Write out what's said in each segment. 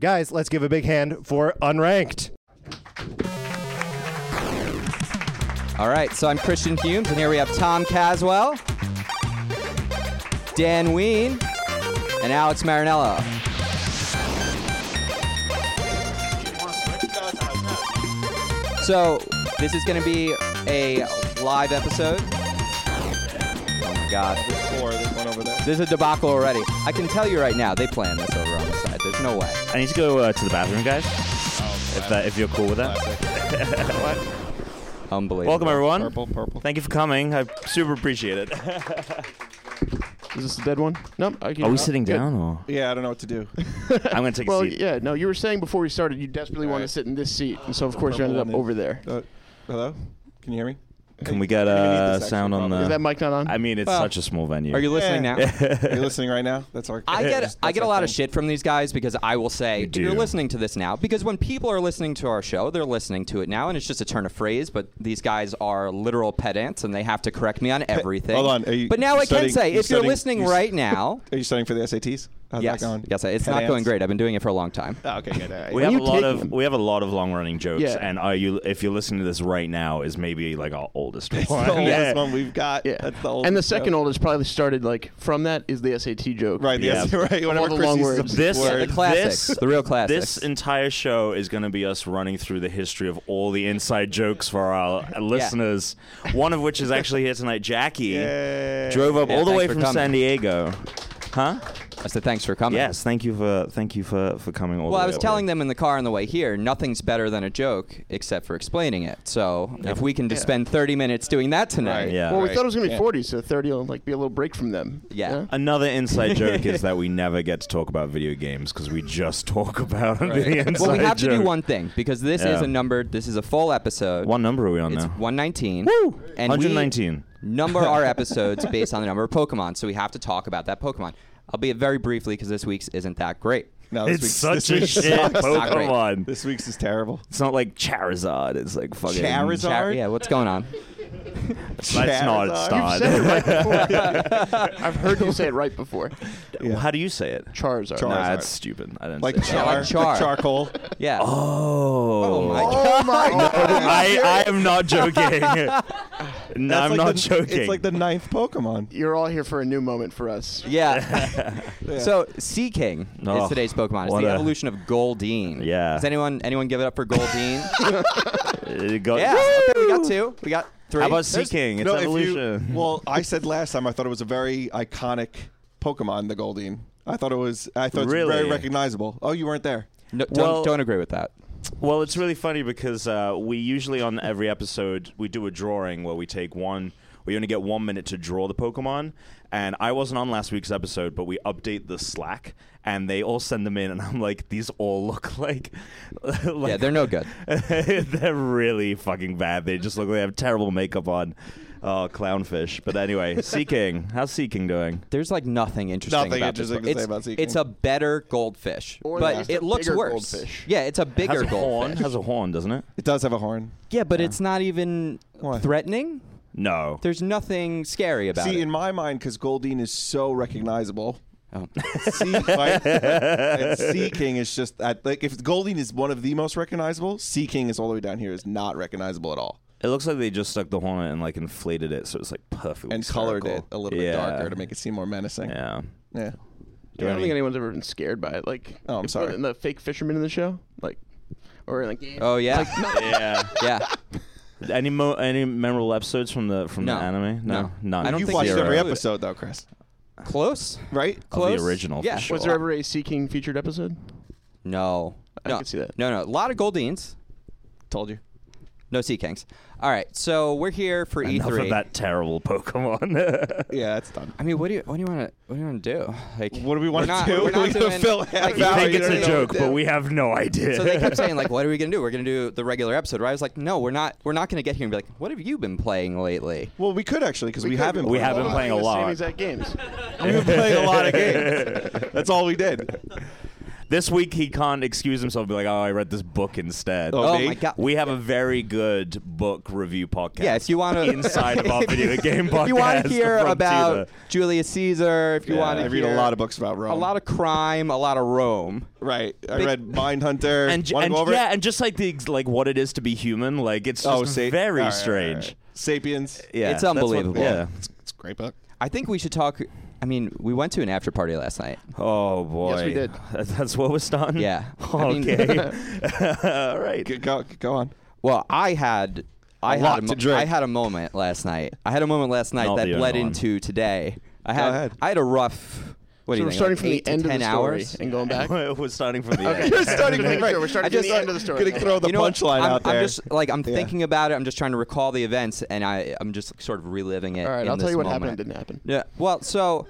Guys, let's give a big hand for Unranked. All right, so I'm Christian Humes, and here we have Tom Caswell, Dan Ween, and Alex Marinello. So this is going to be a live episode. Oh my God, Four, there's one over there. there's a debacle already. I can tell you right now, they planned this over on the side. There's no way. I need to go uh, to the bathroom, guys. Oh, if, that, if you're cool with that. Unbelievable. Welcome, everyone. Purple, purple. Thank you for coming. I super appreciate it. Is this the dead one? Nope. I can Are we uh, sitting good. down or? Yeah, I don't know what to do. I'm gonna take Well, a seat. yeah, no, you were saying before we started you desperately All wanted right. to sit in this seat, and so of course you ended Purple up one, over there. Uh, hello? Can you hear me? Can we get I think we need uh, this, sound actually, on probably. Is the? that mic not on? I mean, it's Well, such a small venue. Are you listening Yeah. now? Are you listening right now? That's our. I get that's I get a our lot of thing. shit from these guys because I will say if do. you're listening to this now because when people are listening to our show they're listening to it now and it's just a turn of phrase but these guys are literal pedants and they have to correct me on everything. hold on, are you- but now you I can studying- say you if you're studying- listening you s- right now, Are you studying for the SATs? How's yes, that going? yes, it's not Pedants? going great. I've been doing it for a long time. Oh, okay, good. all right. We When have a you lot take of them- we have a lot of long running jokes, Yeah. and are you if you're listening to this right now is maybe like our oldest It's one. the oldest Yeah. one we've got. yeah. That's the oldest. and the second joke. oldest probably started like from that is the SAT joke. Right. Yeah. Yes. Right. Whenever the Chris long uses a words. This, word. the classics, this- the real classics. This entire show is going to be us running through the history of all the inside jokes for our listeners. One of which is actually here tonight. Jackie Yay. drove up Yeah, all the thanks way for from coming. San Diego, huh? I said thanks for coming. Yes, thank you for thank you for for coming all Well, the I way was up telling here. them in the car on the way here, nothing's better than a joke except for explaining it. So if we can just spend 30 minutes doing that tonight, Right. Yeah. Well, we Right. thought it was gonna be Yeah. 40, so 30 will like be a little break from them. Yeah. Another inside joke is that we never get to talk about video games because we just talk about the inside Well, we have to do joke. one thing because this Yeah. is a numbered. This is a full episode. What number are we on It's now? 119. Woo! And 119. We number our episodes based on the number of Pokemon, so we have to talk about that Pokemon. I'll be very briefly because this week's isn't that great. No, this It's week's- such this a week's shit sucks. Not great. Pokemon. This week's is terrible. It's not like Charizard. It's like fucking Charizard? Char- Sorry? yeah, what's going on? That's not Charizard. Said it Stard. right before. I've heard you say it right before. Yeah. How do you say it? Charizard. Char- Nah, Charizard. it's stupid. I didn't like say char, that. like char. like charcoal. Yeah. Oh. my God. Oh my god. I, I am not joking. no, That's I'm like not the- joking. It's like the ninth Pokemon. You're all here for a new moment for us. Yeah. Yeah. So Sea King Oh, is today's Pokemon. It's what the a- evolution of Goldeen. Yeah. Does anyone anyone give it up for Goldeen? It got- yeah. Okay, we got two. We got three. How about Sea There's- King? It's no, evolution. If you, well, I said last time I thought it was a very iconic Pokemon, the Goldeen. I thought it was. I thought it was Really? very recognizable. Oh, you weren't there. No, don't, Well- don't agree with that. Well, it's really funny because uh, we usually on every episode we do a drawing where we take one. We only get one minute to draw the Pokemon, and I wasn't on last week's episode, but we update the Slack, and they all send them in, and I'm like, these all look like, like Yeah, they're no good. they're really fucking bad. They just look like they have terrible makeup on, oh clownfish. But anyway, Sea King, how's Sea King doing? There's like nothing interesting Nothing about this book. interesting to say it's, about Sea it's King. a better goldfish, Or but at least it a looks bigger worse. goldfish. Yeah, it's a bigger has a horn? goldfish. Has a horn, doesn't it? It does have a horn. yeah, but it's not even Why? threatening. No. There's nothing scary about See, it. in my mind, because Goldeen is so recognizable, oh. Sea Fight and Sea King is just at, like if Goldeen is one of the most recognizable, Sea King is all the way down here is not recognizable at all, It looks like they just stuck the horn in and like inflated it, so it's like perfectly and colored it spherical. a little bit Yeah. darker to make it seem more menacing. Yeah. Yeah. I don't think anyone's ever been scared by it. Like, Oh, I'm if- sorry. The fake fisherman in the show, like, or like, oh yeah, yeah. yeah. Any mo- any memorable episodes from the from No. the anime? No. none. I don't You've think watched so. every Zero. episode though, Chris, Close. right? Of Close. the original. Yeah. For sure. was there ever a Seeking featured episode? No. I no. could see that. No, no. A lot of Goldeens. Told you. No Sea Kings. All right, so we're here for Enough E3. of that terrible Pokemon. E Yeah, it's done. I mean, what do you what do you want to what do you want to do? Like, What do we we're wanna not- do? We're We're not gonna doing, fill like, half you hour. think You it's don't a know. joke. but we have no idea. So they kept saying like, "What are we gonna do? We're gonna do the regular episode, right?" I was like, "No, we're not. We're not gonna get here and be like, what have you been playing lately?" Well, we could actually because we, could- have been We have all been of playing the a lot. Same exact games. We've been playing a lot of games. That's all we did. This week he can't excuse himself and be like, "Oh, I read this book instead." Oh, Oh me? my god. We have a very good book review podcast. yeah, if you want to inside of our video game podcast, if you want to hear from about Tila. Julius Caesar, if you Yeah, want to I read a lot of books about Rome. a lot of crime, a lot of Rome. Right. I Big- read Mindhunter. and, j- Wanna and go over it? yeah, and just like the like what it is to be human, like it's just Oh, sa- very all right, all right, all right. strange. Sapiens. Yeah, It's that's what- unbelievable. yeah. It's, it's a great book. I think we should talk. I mean, we went to an after party last night. Oh boy. we did. That- That's what we're starting. Yeah. I mean- Okay. All right. G- Go, go on. Well, I had I had lot a to drink. I had a moment last night. I had a moment last night Not that the bled only one. into today. I had ahead. I had a rough. What do so you we're think? starting like from eight the to end of 10 the story hours. and going back. we're starting from the Okay. end. Just making sure. We're starting I from the just- end of the story. Gonna throw the you know what? punchline I'm, out I'm there. just like I'm Yeah. thinking about it. I'm just trying to recall the events, and I I'm just sort of reliving it. All right, in I'll tell this you what moment. happened and didn't happen. Yeah. Well, so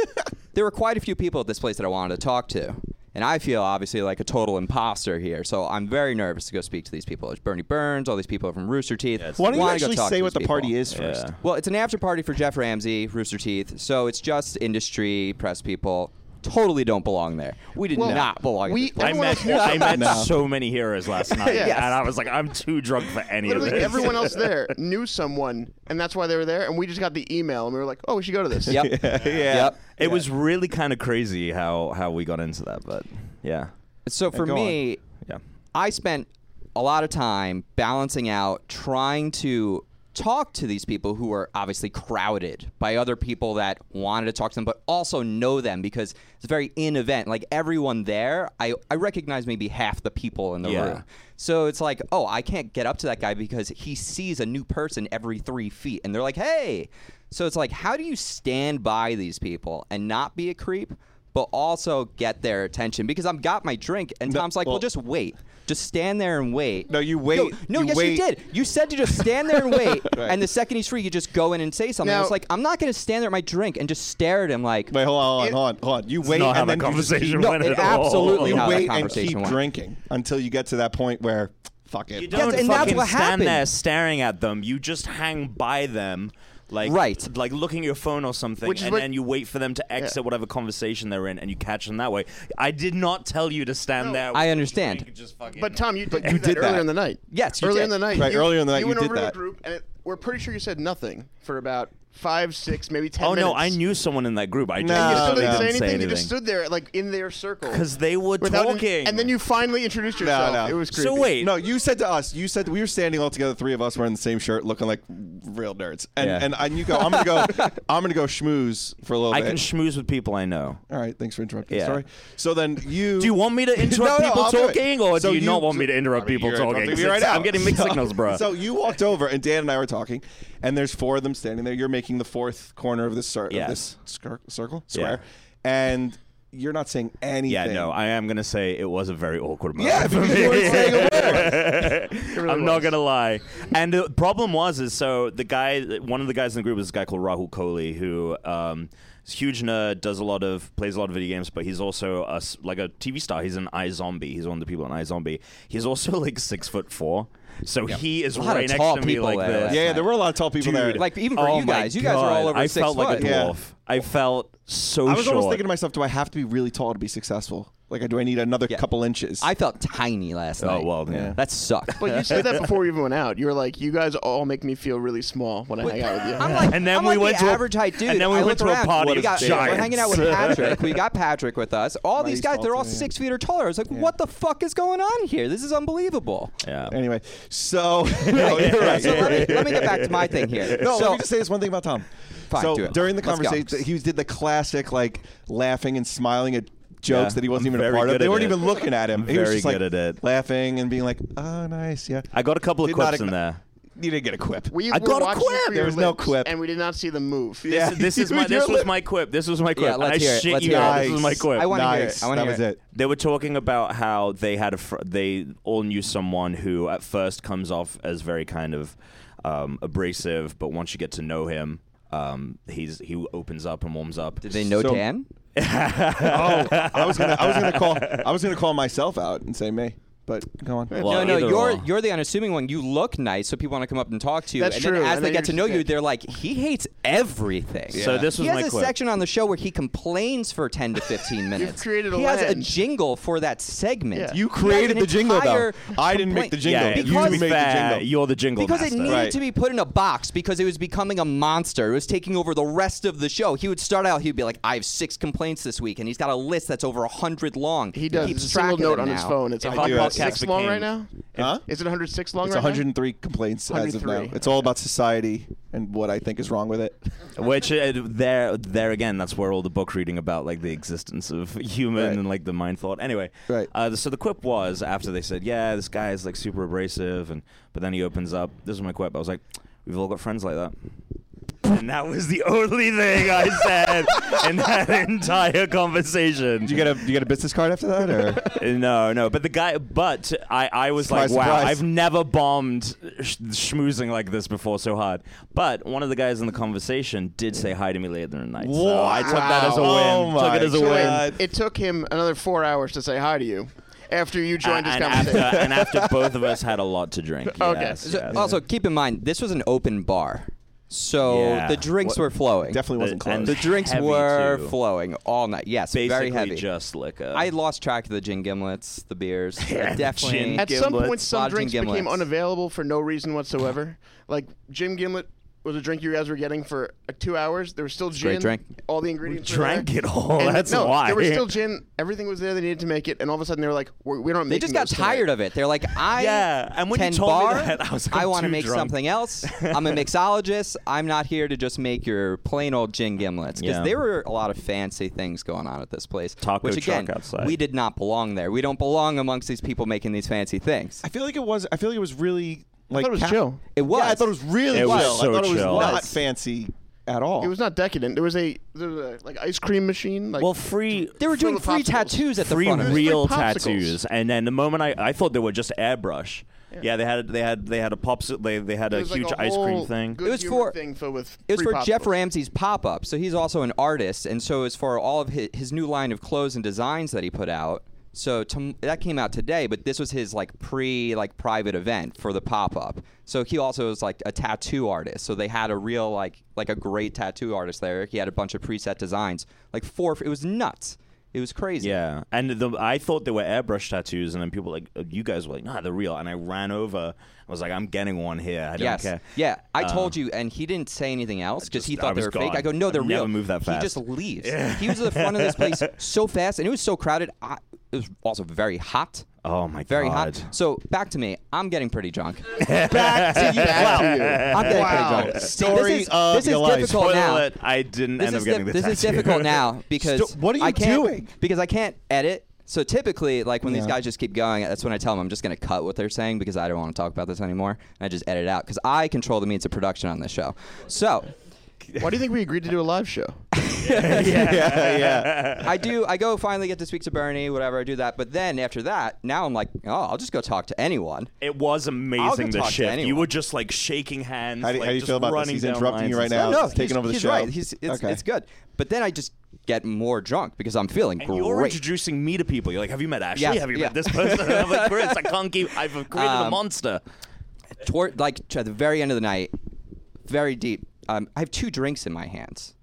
there were quite a few people at this place that I wanted to talk to. And I feel obviously like a total imposter here. So I'm very nervous to go speak to these people. There's Bernie Burns, all these people from Rooster Teeth. it's- Why don't you Wanna go actually talk to say these what the people. party is first? Yeah. Well, it's an after party for Jeff Ramsey, Rooster Teeth. So it's just industry, press people. Totally don't belong there. We did Well, not belong we- at this I place. met Everyone else knew I met something. No. so many heroes last night, Yes. and I was like, I'm too drunk for any Literally of this. everyone else there knew someone, and that's why they were there. And we just got the email, and we were like, "Oh, we should go to this." Yep. Yep. It was really kind of crazy how how we got into that, but yeah, So for go on. me, yeah. I spent a lot of time balancing out trying to talk to these people who are obviously crowded by other people that wanted to talk to them but also know them because it's a very in event like everyone there I, I recognize maybe half the people in the Yeah. room so it's like oh I can't get up to that guy because he sees a new person every three feet and they're like hey so it's like how do you stand by these people and not be a creep but also get their attention because I've got my drink and Tom's like well well- just wait. Just stand there and wait. No, you wait. No, no, You yes, wait. you did. You said to just stand there and wait, Right. and the second he's free, you just go in and say something. Now- it's like I'm not going to stand there at my drink and just stare at him like. Wait, hold on, hold on, hold on. You wait not how and that then you just conversation keep- no, went it at all. absolutely You how that wait and conversation keep went. drinking until you get to that point where fuck it. You don't and fucking that's what stand happened. there staring at them. You just hang by them, like Right. like looking at your phone or something, Which is and what- then you wait for them to exit whatever conversation they're in, and you catch them that way. I did not tell you to stand No. there. I with understand. drink, Just fucking But Tom, you did, you do that did earlier that. in the night. Yes, you earlier did. in the night. Right, you- earlier in the night You you went did over to that. a group, and it, we're pretty sure you said nothing for about five, six, maybe ten. oh minutes. no, I knew someone in that group. I just No, You still no. didn't Oh, didn't say say anything. You just anything stood there, like in their circle. because they were without talking. and then you finally introduced yourself. no. It was creepy. So wait, No, you said to us. You said we were standing all together. Three of us were in the same shirt, looking like real nerds. And Yeah. and, and you go. I'm gonna go. I'm gonna go schmooze for a little I bit. can schmooze with people I know. all right. Thanks for interrupting. Yeah. Sorry. So then you. Do you want me to interrupt No, no, people I'll do it. talking, or So do you, you- not want me to interrupt I mean, people you're talking? interrupting me 'Cause right it's- now. I'm getting mixed So- signals, bro. So you walked over, and Dan and I were talking, and there's four of them standing there. You're making the fourth corner of this, cir- of Yes. this scir- circle Yeah. square, and you're not saying anything. yeah, no, I am gonna say it was a very awkward moment. Yeah, for because me. you weren't saying a word. I'm not gonna lie. And the problem was is so the guy, one of the guys in the group was this guy called Rahul Kohli, who um, is a huge nerd, does a lot of plays a lot of video games, but he's also a s like a TV star. He's an iZombie. He's one of the people in iZombie. He's also like six foot four, so he is A lot of right next tall to me people like there. this. Yeah, yeah, there were a lot of tall people Dude, there. e- Like even for Oh you my guys, you guys are all God. over I six felt like a foot. Yeah. dwarf. I felt so I was short. almost thinking to myself, do I have to be really tall to be successful? Like, do I need another Yeah. couple inches? I felt tiny last night. oh well, yeah. that sucked. But you said that before we even went out. You were like, "You guys all make me feel really small when I hang out with you." I'm like, And then I'm we like went the to a- average height dude. and then we I went look to a around. party we of got, We're giants. hanging out with Patrick. we got Patrick with us. All these he's guys, they're all tall, too, six feet or taller. I was like, what the fuck is going on here? This is unbelievable. yeah. anyway, so no, you're right. So let me, let me get back to my thing here. No, So- let me just say this one thing about Tom. Fine, do so it. during the Let's go. conversation, he did the classic like laughing and smiling at jokes Yeah, that he wasn't I'm even a very part of. good They at weren't it. even looking at him. I'm he was very just like good at it. laughing and being like, "Oh, nice, yeah." I got a couple of Did not clips in ign- there. You didn't get a quip. we I were got a watching quip. for There your was no lips, quip. and we did not see them move. Yeah. This is my. With your This was lip. my quip. This was my quip. Yeah, And let's I hear it. shit Let's you hear it. not. nice. This was my quip. I wanna hear it. nice. I wanna that hear was it. it. They were talking about how they had a fr- they all knew someone who at first comes off as very kind of um, abrasive, but once you get to know him, um, he's he opens up and warms up. Did they know Oh, So- Dan? Oh, I was gonna, I was gonna call, I was gonna call myself out and say me. But go on. Well, no, either no, you're or. you're the unassuming one. You look nice, so people want to come up and talk to you. That's and true, then as and they then get to you're know just you, bitch. they're like, he hates everything. So this was he has my a clip. section on the show where he complains for 10 to 15 minutes. created a he has a land. jingle for that segment. Yeah. You He has created an the jingle, though. entire I didn't complaint- make the jingle. Yeah, because- you made fair, the jingle. You're the jingle because it master. needed Right. to be put in a box because it was becoming a monster. It was taking over the rest of the show. He would start out, he'd be like, I have six complaints this week, and he's got a list that's over 100 long. He does. keeps It's a track single of note them on his now. phone. It's If our 106 podcast long became- right now. Huh? Is it 106 long It's right 103 complaints as of now. 103. It's all about society and what I think is wrong with it. Which uh, there, there again, that's where all the book reading about like the existence of human Right. and like the mind thought. Anyway, Right. Uh, so the quip was after they said, "Yeah, this guy is like super abrasive," and but then he opens up. This is my quip. I was like, "We've all got friends like that." And that was the only thing I said in that entire conversation. Did you get a you get a business card after that? Or? No, no, but the guy, but I, I was Surprise, like, wow, surprise. I've never bombed sh- schmoozing like this before so hard. But one of the guys in the conversation did say hi to me later in the night. So I took that as a win. Wow. Oh took it my as a God. win. now? It took him another four hours to say hi to you after you and, joined his and conversation. after, and after both of us had a lot to drink. Okay. Yes, So- yes. Also, keep in mind this was an open bar, so Yeah. the drinks What- were flowing. Definitely wasn't The- and close. the drinks heavy, were too. flowing all night. Yes, basically very heavy. just liquor. I lost track of the gin gimlets, the beers. Yeah, definitely. gin At some Gimlets. point, some Lodging drinks became gimlets. unavailable for no reason whatsoever. like Jim Gimlet was a drink you guys were getting for uh, two hours. There was still great gin. drink. All the ingredients. were drank there. it all. And That's no, why. There was still gin. Everything was there. They needed to make it, and all of a sudden they were like, we're, "We don't." they just got tired of it. They're like, I Yeah, and when you can told me bar. that, I was like, I'm want to too make drunk." something else. I'm a mixologist. I'm not here to just make your plain old gin gimlets because Yeah. there were a lot of fancy things going on at this place. Taco which truck again, outside. we did not belong there. We don't belong amongst these people making these fancy things. I feel like it was. I feel like it was really like thought it was cap- chill. It was. Yeah, I thought it was really It chill. was I so thought it was chill. not Was. fancy at all. It was not decadent. There was a, there was a like ice cream machine. Like well, free. They were doing with free popsicles. tattoos at the three front of it. real It was like popsicles. tattoos, and then the moment I, I thought they were just airbrush. Yeah. they had they had they had a pops they they had it a was like huge a ice cream whole thing. Good It was humor for- thing filled with. It was free for Jeff popsicles. Ramsey's pop up. So he's also an artist, and so as for all of his, his new line of clothes and designs that he put out. So tom that came out today, but this was his like pre like private event for the pop up. So he also was like a tattoo artist. So they had a real like like a great tattoo artist there. He had a bunch of preset designs, like four. It was nuts. It was crazy. Yeah, and the, I thought they were airbrush tattoos, and then people were like uh, you guys were like, nah, they're real. And I ran over. I was like, I'm getting one here. I don't yes. care. Yeah. I Uh, told you, and he didn't say anything else because he just- I thought they was were fake. gone. I go, no, I've they're never real. moved that He fast. just leaves. He was at the front of this place so fast, and it was so crowded. I, it was also very hot. Oh my Very god. hot. So back to me. I'm getting pretty drunk. back to you. Back to you. I'm getting Wow. pretty drunk. Story this is, of this is your life. difficult Spoiler now. alert, I didn't This, end is, up getting dif- the this tattoo. is difficult now because Sto- what are you I can't, doing? Because I can't edit. So typically, like when these Yeah. guys just keep going, that's when I tell them I'm just going to cut what they're saying because I don't want to talk about this anymore, and I just edit it out because I control the means of production on this show. So Why do you think we agreed to do a live show? yeah, yeah. I do. I go finally get to speak to Bernie, whatever. I do that, but then after that, now I'm like, oh, I'll just go talk to anyone. It was amazing. The talk to shift. You anyone. were just like shaking hands. How do- like, how do you just feel about this? running He's down interrupting you lines right now. and stuff. no, it's taking he's- over the he's show. Right. He's, it's, Okay. it's good. But then I just get more drunk because I'm feeling And great. you're introducing me to people. You're like, have you met Ashley? Yeah, Have you yeah. met this person? And I'm like, Chris, I can't keep. I've created a Um, monster. toward like to- at the very end of the night, very deep. Um, I have two drinks in my hands.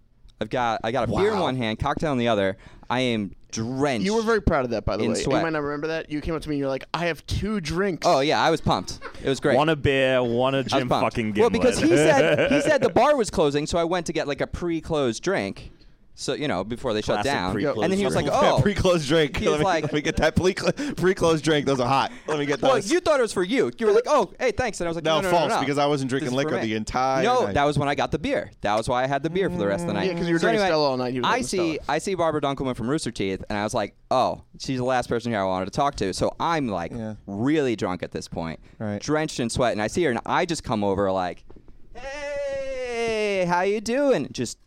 I've got I got a beer in Wow. one hand, cocktail in the other. I am drenched. You were very proud of that, by the In way. sweat. You might not remember that. You came up to me and you're like, "I have two drinks." Oh yeah, I was pumped. It was great. One a beer, one a I was Jim pumped. fucking Well, gimlet. because he said he said the bar was closing, so I went to get like a pre-closed drink. So you know before they shut Classic down, pre-closed and then he was like, drink. "Oh, pre-closed drink. He Let was me, like- let me get that pre-cl- pre-closed drink. Those are hot. Let me get those. well, you thought it was for you. You were like, "Oh, hey, thanks," and I was like, "No, No, no, no, false, no, no. because I wasn't drinking This is for liquor me." the entire No, night. that was when I got the beer. That was why I had the beer for the rest of the night. Yeah, 'cause you were So drinking anyway, Stella all night. He was I drinking see, Stella. I see Barbara Dunkelman from Rooster Teeth, and I was like, "Oh, she's the last person here I wanted to talk to." So I'm like, Yeah. really drunk at this point, Right. drenched in sweat, and I see her, and I just come over like, "Hey, how you doing?" Just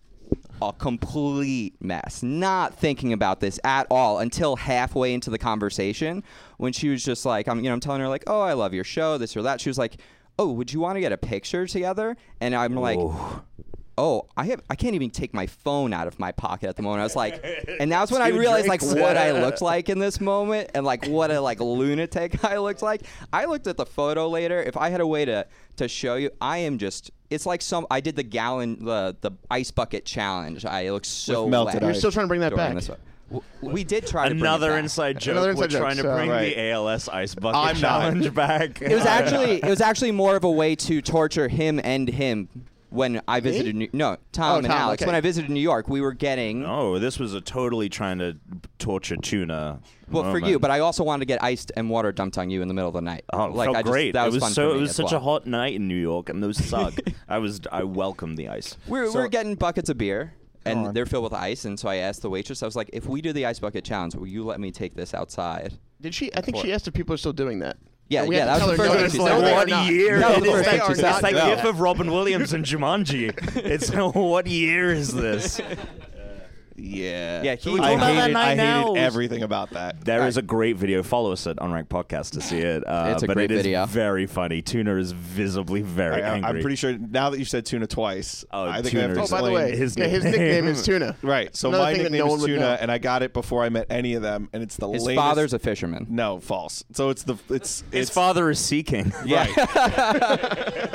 a complete mess, not thinking about this at all until halfway into the conversation when she was just like, I'm, you know, I'm telling her like, oh, I love your show, this or that. She was like, oh, would you want to get a picture together? And I'm like, oh, I have I can't even take my phone out of my pocket at the moment. I was like, and that's when I Two realized like drinks. what I looked like in this moment and like what a like lunatic I looked like. I looked at the photo later. If I had a way to to show you, I am just. It's like some. I did the gallon the the ice bucket challenge. I look so With melted wet ice. You're still trying to bring that during back. this one. W- We did try to bring it Another back. inside joke. Another inside We're joke, trying to so- bring Right. the ALS ice bucket I'm not. challenge back. It was actually it was actually more of a way to torture him and him when I visited New, no Tom Oh, and Tom, Alex okay. when I visited New York we were getting Oh, this was a totally trying to torture tuna. well for you but I also wanted to get iced and water dumped on you in the middle of the night Oh, it felt I just- great! that it was fun so for me it was as such a well. hot night in New York, and those suck. I was I welcomed the ice. we're, So- we're getting buckets of beer and on. they're filled with ice and so I asked the waitress I was like if we do the ice bucket challenge will you let me take this outside Did she? I think she asked if people are still doing that. Yeah, And we yeah, had that was to the tell her, first no, one she no, said. they are what not. year That was it the is first that? one she It's said. that No. gif of Robin Williams and Jumanji. It's what year is this? Yeah. Yeah, he- Talk I about hated, that night I now. hated everything about that. There is a great video. Follow us at Unranked Podcast to see it. Uh, It's a but great it is video. very funny. Tuna is visibly I, very angry. am pretty sure now that you've said tuna twice, Oh, I think I tuna have to Oh, by the explain- way, His yeah, his nickname. nickname is Tuna. Right. So Another my thing that nickname no is one would Tuna, know. and I got it before I met any of them, and it's the his lamest- father's a fisherman no false. So it's the it's His it's father is seeking. yeah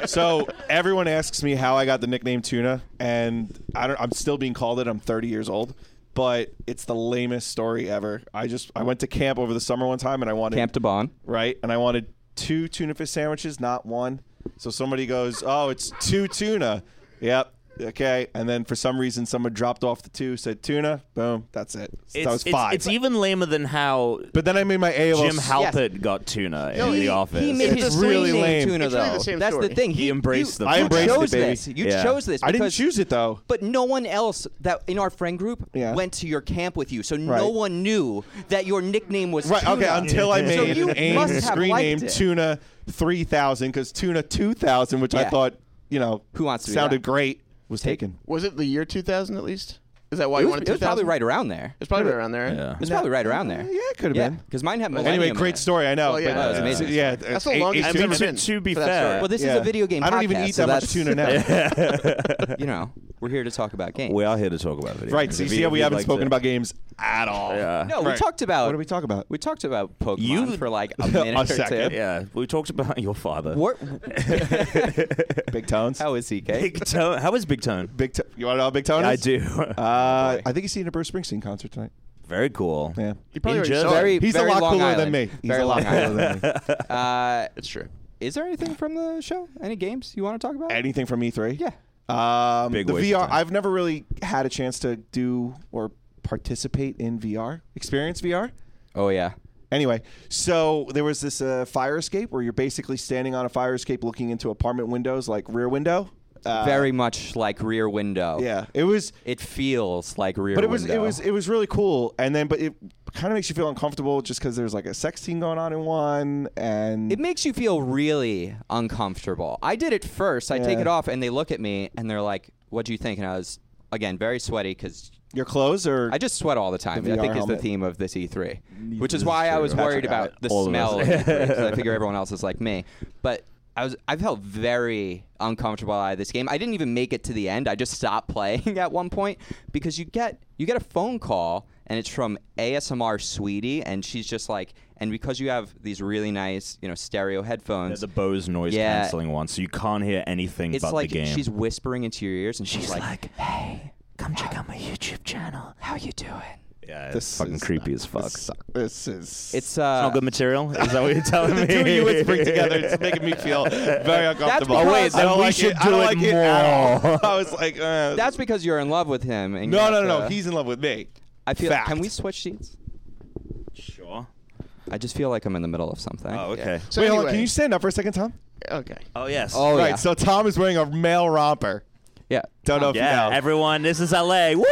so everyone asks me how I got the nickname Tuna, and I don't. I'm still being called it. I'm 30 years old, but it's the lamest story ever. I just I went to camp over the summer one time, and I wanted Camp Debon right? And I wanted two tuna fish sandwiches, not one. So somebody goes, "Oh, it's two tuna." Yep. Okay. And then for some reason, someone dropped off the two, said tuna. Boom. That's it. So that was five. It's, even lamer than how but then I made my AOL. Jim s- Halpert got tuna in he- the office. He made It's his the same- really really lame. tuna It's though. really the same That's story. the thing. He embraced you, the I You embraced chose it, baby. this. You Yeah. chose this. I didn't because- choose it though. But no one else that in our friend group Yeah. went to your camp with you, so no Right. one knew that your nickname was Right. Tuna. Okay. Until I so made you an AIM must have screen liked name it. Tuna 3000 because Tuna 2000, which Yeah. I thought, you know, Who wants to be sounded that? great, was Take- taken. Was it the year 2000 at least? Is that why It you was, wanted it was 2000? probably right around there. It's probably right around there. Yeah. It's probably right around there. Yeah, it could have Yeah, been. because mine had millennium. Anyway, great in it. story. I know. Oh, yeah. but That was it's- amazing. Yeah, That's the eight- longest eight- you've I mean, ever to- been. to be for that fair- story. Well, this is Yeah. a video game. I don't even podcast, eat so that much that's- tuna now. You know, we're here to talk about games. we are here to talk about video. Right. games. So you If see how if we you'd haven't like spoken to- about games at all. Yeah. No, we Right. talked about. What did we talk about? We talked about Pokemon You- for like a minute or second. two. Yeah, we talked about your father. What, Big tones. how is he? Gay? Big Tone. How is Big Tone? Big. To- you want to know how big tone I is? do. Uh, I think he's seeing a Bruce Springsteen concert tonight. Very cool. Yeah. You In probably already Jersey. saw Very, it. He's very a lot Long cooler Island. than me. He's Very a lot Long cooler Island. than me. Uh, It's true. is there anything from the show? Any games you want to talk about? Anything from E3? Yeah. Um, Big the waste VR. of time. I've never really had a chance to do or participate in VR. Experience VR. Oh yeah. Anyway, so there was this uh, fire escape where you're basically standing on a fire escape looking into apartment windows, like rear window. Uh, Very much like Rear Window. Yeah. It was. It feels like Rear but it was Window. it was it was really cool and then but it kind of makes you feel uncomfortable just because there's like a sex scene going on in one and It makes you feel really uncomfortable. I did it first. I take Yeah. it off, and they look at me, and they're like, "What do you think?" And I was again very sweaty because your clothes or I just sweat all the time. The I think VR is the helmet. theme of this E3, which This is is why I true. was Patrick worried got it. about the All of us. smell. Because I figure everyone else is like me, but I was I felt very uncomfortable out of this game. I didn't even make it to the end. I just stopped playing at one point because you get you get a phone call and it's from ASMR Sweetie, and she's just like, and because you have these really nice you know stereo headphones, There's a Bose noise Yeah. canceling one, so you can't hear anything it's but like the game. she's whispering into your ears, and she's, like, hey, come check out my YouTube channel. "How you doing?" yeah, This it's fucking is creepy not- as fuck. this, suck- this is It's uh, not good material. Is that what you're telling me? the two of you whispering together it's making me feel very uncomfortable because- Oh, wait, I then don't we like should it. I do don't it like at more. all. I was like uh, that's because you're in love with him. And no you no have no no to- he's in love with me I feel. Fact. Can we switch seats? Sure. I just feel like I'm in the middle of something. Oh, okay. Yeah. So wait hold anyway, on can you stand up for a second Tom Okay. Oh yes. Oh right yeah. so Tom is wearing a male romper yeah. don't know if yeah. you know Everyone, this is LA. Woo!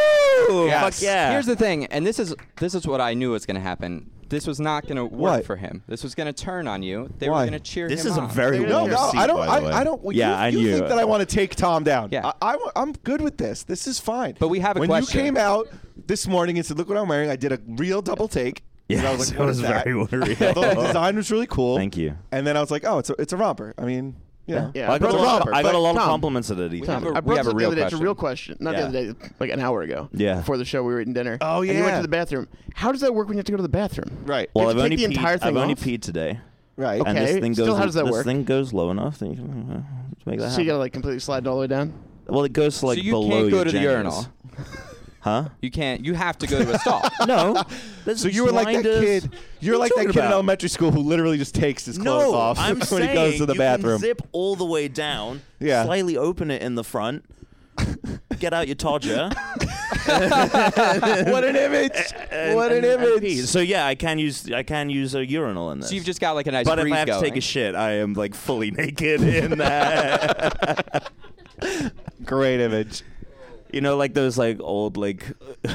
Yes. Fuck yeah. Here's the thing, and this is this is what I knew was going to happen. This was not going to work What? for him. This was going to turn on you. They were Why? going to cheer This him is a on. very They're no, warm Warm no, seat. I don't. by the I, way. I don't. well, Yeah, you, I you knew. think that I want to take Tom down? Yeah. I, am good with this. This is fine. But we have a when question. you came out this morning and said, "Look what I'm wearing," I did a real double take. Yes, and I was like, it "What was is that?" very real. The design was really cool. Thank you. And then I was like, "Oh, it's a it's a romper." I mean, Yeah. Yeah. I got a But lot, Tom, I got a but lot of Tom, compliments at it. Ethan. Tom, have a- I we brought have this a up the real other day. It's a question. real question. Not Yeah. the other day, like an hour ago. Yeah. Before the show, we were eating dinner. Oh, And you went yeah. to the bathroom. How does that work when you have to go to the bathroom? Right. You Well, have I've to only take the peed. entire I've thing only off? peed today. Right. Okay. And this thing goes. Still, how does that this work? thing goes low enough that you can uh, make that So you gotta happen. like completely slide it all the way down. well, it goes to, like so you below can't go your to the genitals. urinal. huh? You can't. You have to go to a stall. No. So you were like that kid. You're like that kid in elementary school who literally just takes his clothes No, off I'm when saying he goes to the you bathroom. can zip all the way down, Yeah. slightly open it in the front, get out your todger. what an image! and- what an and- and image! pee. So yeah, I can use I can use a urinal in this. so you've just got like a nice but if breeze I have going. to take a shit, I am like fully naked in that. Great image. you know, like those like old like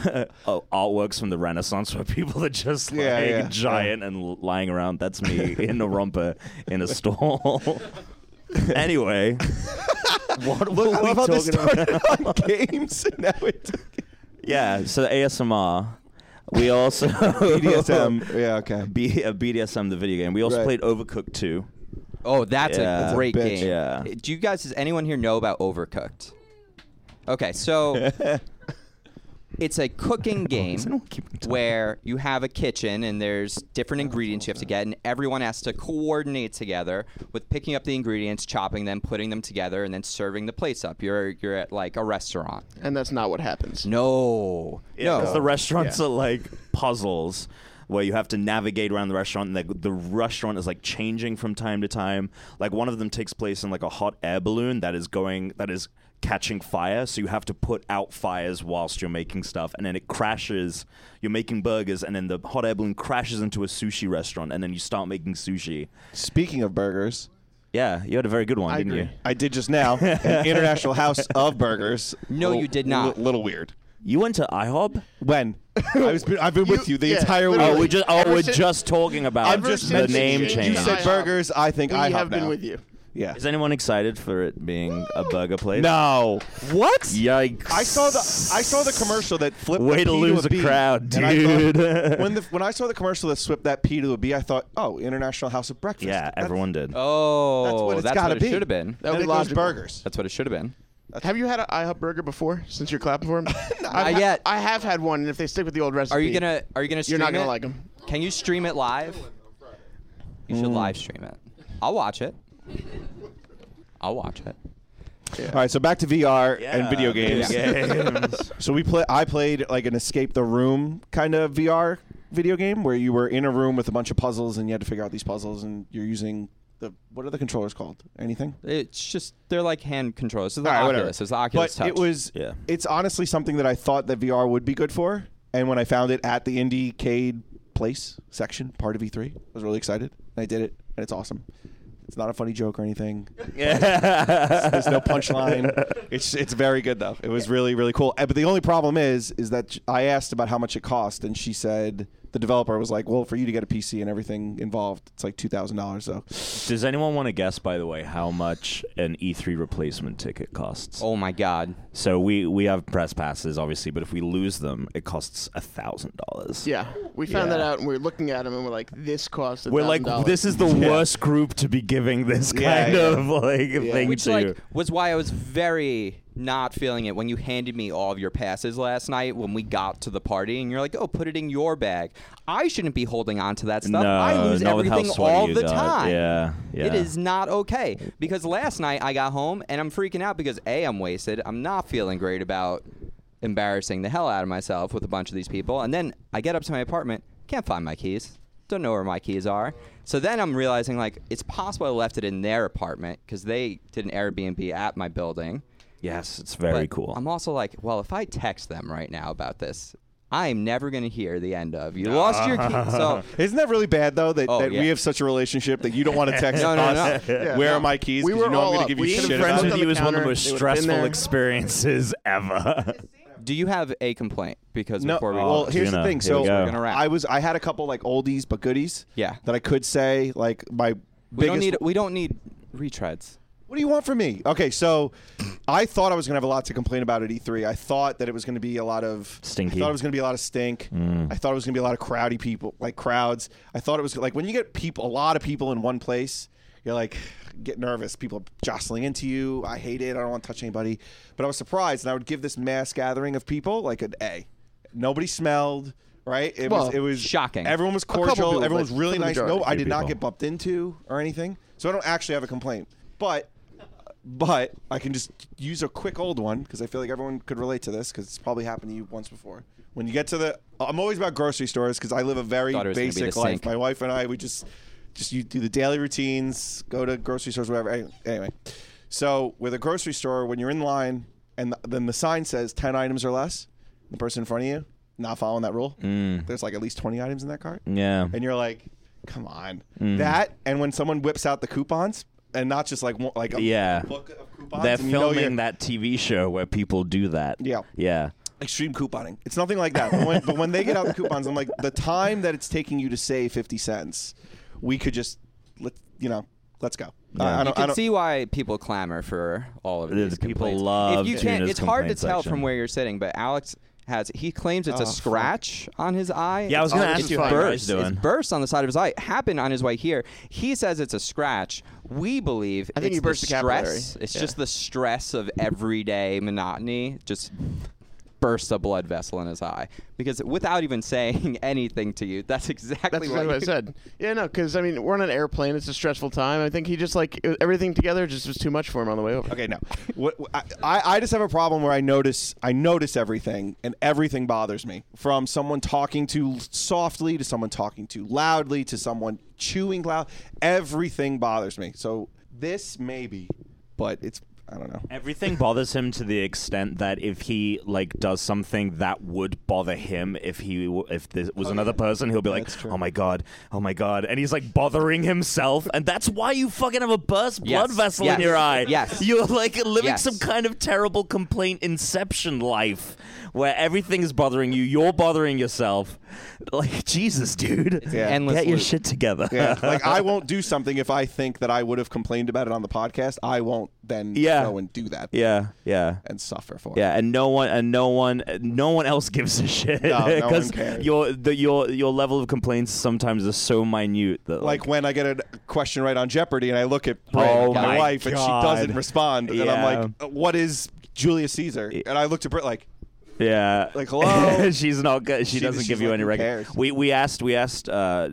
oh, artworks from the Renaissance where people are just like Yeah, yeah, giant and l- lying around. That's me in a romper in a stall. anyway, what were we I love how this talking about? started on games and now it Yeah, so ASMR. We also BDSM. Yeah, okay. B- uh, BDSM the video game. We also Right. played Overcooked 2. Oh, that's Yeah. a great Bitch. game. Yeah. Do you guys? Does anyone here know about Overcooked? Okay, so it's a cooking game where you have a kitchen and there's different ingredients you have to get, and everyone has to coordinate together with picking up the ingredients, chopping them, putting them together, and then serving the plates up. You're you're at like a restaurant. And that's not what happens. No, Yeah, no. because the restaurants are like puzzles where you have to navigate around the restaurant, and the, the restaurant is like changing from time to time. Like one of them takes place in like a hot air balloon that is going that is catching fire, so you have to put out fires whilst you're making stuff, and then it crashes. You're making burgers, and then the hot air balloon crashes into a sushi restaurant, and then you start making sushi. Speaking of burgers, Yeah, you had a very good one, I didn't agree. you? I did just now an international house of burgers. No, Little- you did not. li- little weird. You went to IHOB. When I was, I've been with You- you the yeah, entire week. literally. Oh, we just oh, Ever we're since- just talking about I'm Ever just the since name you change. You said IHOP. burgers. I think We IHOP have been now. with you. Yeah. Is anyone excited for it being a burger place? No. What? Yikes! I saw the I saw the commercial that flipped. Way the to P lose a a B, crowd, and I thought- dude. when the when I saw the commercial that flipped that P to a B, I thought, oh, International House of Breakfast. Yeah, That's- everyone did. oh, That's what it's that's gotta what it be. should have been. That would and be it goes logical. burgers. That's what it should have been. Have you had an IHOP burger before? Since you're clapping for him, I've Not ha- yet. I have had one, and if they stick with the old recipe, Are you gonna Are you gonna? Stream You're not it? gonna like them. Can you stream it live? You should live stream it. I'll watch it. I'll watch it. All right, so back to VR and video video games. games. So we play. I played like an escape the room kind of VR video game where you were in a room with a bunch of puzzles and you had to figure out these puzzles and you're using the what are the controllers called? Anything? It's just they're like hand controllers. It's the All right, Oculus. whatever. It's the Oculus but Touch. it was. Yeah. It's honestly something that I thought that VR would be good for, and when I found it at the indie Cade place section, part of E3, I was really excited, and I did it, and it's awesome. It's not a funny joke or anything. There's no punchline. It's it's very good though. It was really really cool. Uh, But the only problem is is that I asked about how much it cost, and she said the developer was like, "Well, for you to get a PC and everything involved, it's like two thousand dollars." So Does anyone want to guess, by the way, how much an E3 replacement ticket costs? oh my god. So we we have press passes, obviously, but if we lose them, it costs a thousand dollars. Yeah, we found Yeah. that out, and we were looking at them, and we're like, "This costs." We're like, $1,000. this is the worst group to be giving this Yeah, kind yeah. of like thing Which to. like was why I was very not feeling it when you handed me all of your passes last night when we got to the party and you're like, oh, put it in your bag. I shouldn't be holding on to that stuff. no, I lose not with how everything sweaty all you the got. time. Yeah, yeah. Mm. It is not okay because last night I got home and I'm freaking out because a I'm wasted. I'm not feeling great about embarrassing the hell out of myself with a bunch of these people, and then I get up to my apartment, can't find my keys, don't know where my keys are. So then I'm realizing like it's possible I left it in their apartment because they did an Airbnb at my building. Yes, it's very But cool. I'm also like, well, if I text them right now about this, I am never going to hear the end of you lost your keys. So Isn't that really bad though that, Oh, that yeah. we have such a relationship that you don't want to text No, no, us? no. Yeah, Where no. are my keys? 'Cause We you were know I'm all going to up. give We you didn't shit about friends Friends with it. with you on the is one of the counter, most they would've been stressful there. experiences ever. do you have a complaint? Because No, before we well, go, here's Tuna, the thing. here So we go. We're gonna wrap. I was I had a couple like oldies but goodies. Yeah. That I could say like my we biggest. don't need we don't need retreads. what do you want from me? Okay, so I thought I was gonna have a lot to complain about at E3. I thought that it was gonna be a lot of Stinky. I thought it was gonna be a lot of stink. Mm. I thought it was gonna be a lot of crowdy people, like crowds. I thought it was like when you get people, a lot of people in one place. you're like get nervous. People are jostling into you. I hate it. I don't want to touch anybody. But I was surprised, and I would give this mass gathering of people like an A. Nobody smelled. Right? It Well, was it was shocking. Everyone was couple cordial. people, everyone was but really for the nice. majority. No, I Few did not people. get bumped into or anything, so I don't actually have a complaint. But but I can just use a quick old one because I feel like everyone could relate to this because it's probably happened to you once before. When you get to the, I'm always about grocery stores because I live a very Thought it was gonna be basic the life. sink. My wife and I, we just just you do the daily routines, go to grocery stores, whatever. Any- Anyway, so with a grocery store, when you're in line and th- then the sign says ten items or less, the person in front of you not following that rule. Mm. There's like at least twenty items in that cart Yeah. and you're like, come on, Mm. that. And when someone whips out the coupons, and not just like one- like a Yeah. book of coupons, They're and you know filming you're- that TV show where people do that. Yeah. Yeah. extreme couponing. It's nothing like that. But when, but when they get out the coupons, I'm like, the time that it's taking you to save fifty cents, we could just let you know, let's go. I, I You don't, I can don't, see why people clamor for all of The- these the people complaints. love If you can't, Tuna's it's hard to complaint tell section. from where you're sitting. But Alex has he claims it's Oh, a fuck. scratch on his eye. Yeah, I was gonna It's ask it's you how you guys burst. doing. It's burst on the side of his eye. It happened on his way here. He says it's a scratch. We believe I think it's he burst the a capillary. stress. It's Yeah. just the stress of everyday monotony. Just bursts a blood vessel in his eye because without even saying anything to you, that's exactly That's what exactly what I you- said. Yeah, no, because I mean, we're on an airplane. It's a stressful time. I think he just like it- everything together just was too much for him on the way over. Okay, no. What, I, I I just have a problem where I notice I notice everything and everything bothers me. From someone talking too softly to someone talking too loudly to someone chewing loud, everything bothers me. So this maybe, but it's I don't know. Everything bothers him to the extent that if he like does something that would bother him if he w- if this was another person, he'll be like, Oh, That's true. "Oh my god, oh my god," and he's like bothering himself, and that's why you fucking have a burst blood Yes, vessel yes, in your eye. yes. you're like living Yes. some kind of terrible complaint inception life where everything is bothering you, you're bothering yourself. Like Jesus, dude, Yeah. Endless get your loop. shit together. Yeah, like I won't do something if I think that I would have complained about it on the podcast. I won't then Yeah. go and do that yeah, yeah. and suffer for it. Yeah, and no one and no one no one else gives a shit No, no one because cares. your the, your your level of complaints sometimes is so minute that like, Like when I get a question right on Jeopardy and I look at Bray, Oh my, my wife, and she God. doesn't respond, and Yeah. I'm like, "What is Julius Caesar?" And I look to Britt like, yeah, like, hello? she's not good. She, She- doesn't she's give you like, any who record. cares? We we asked we asked uh,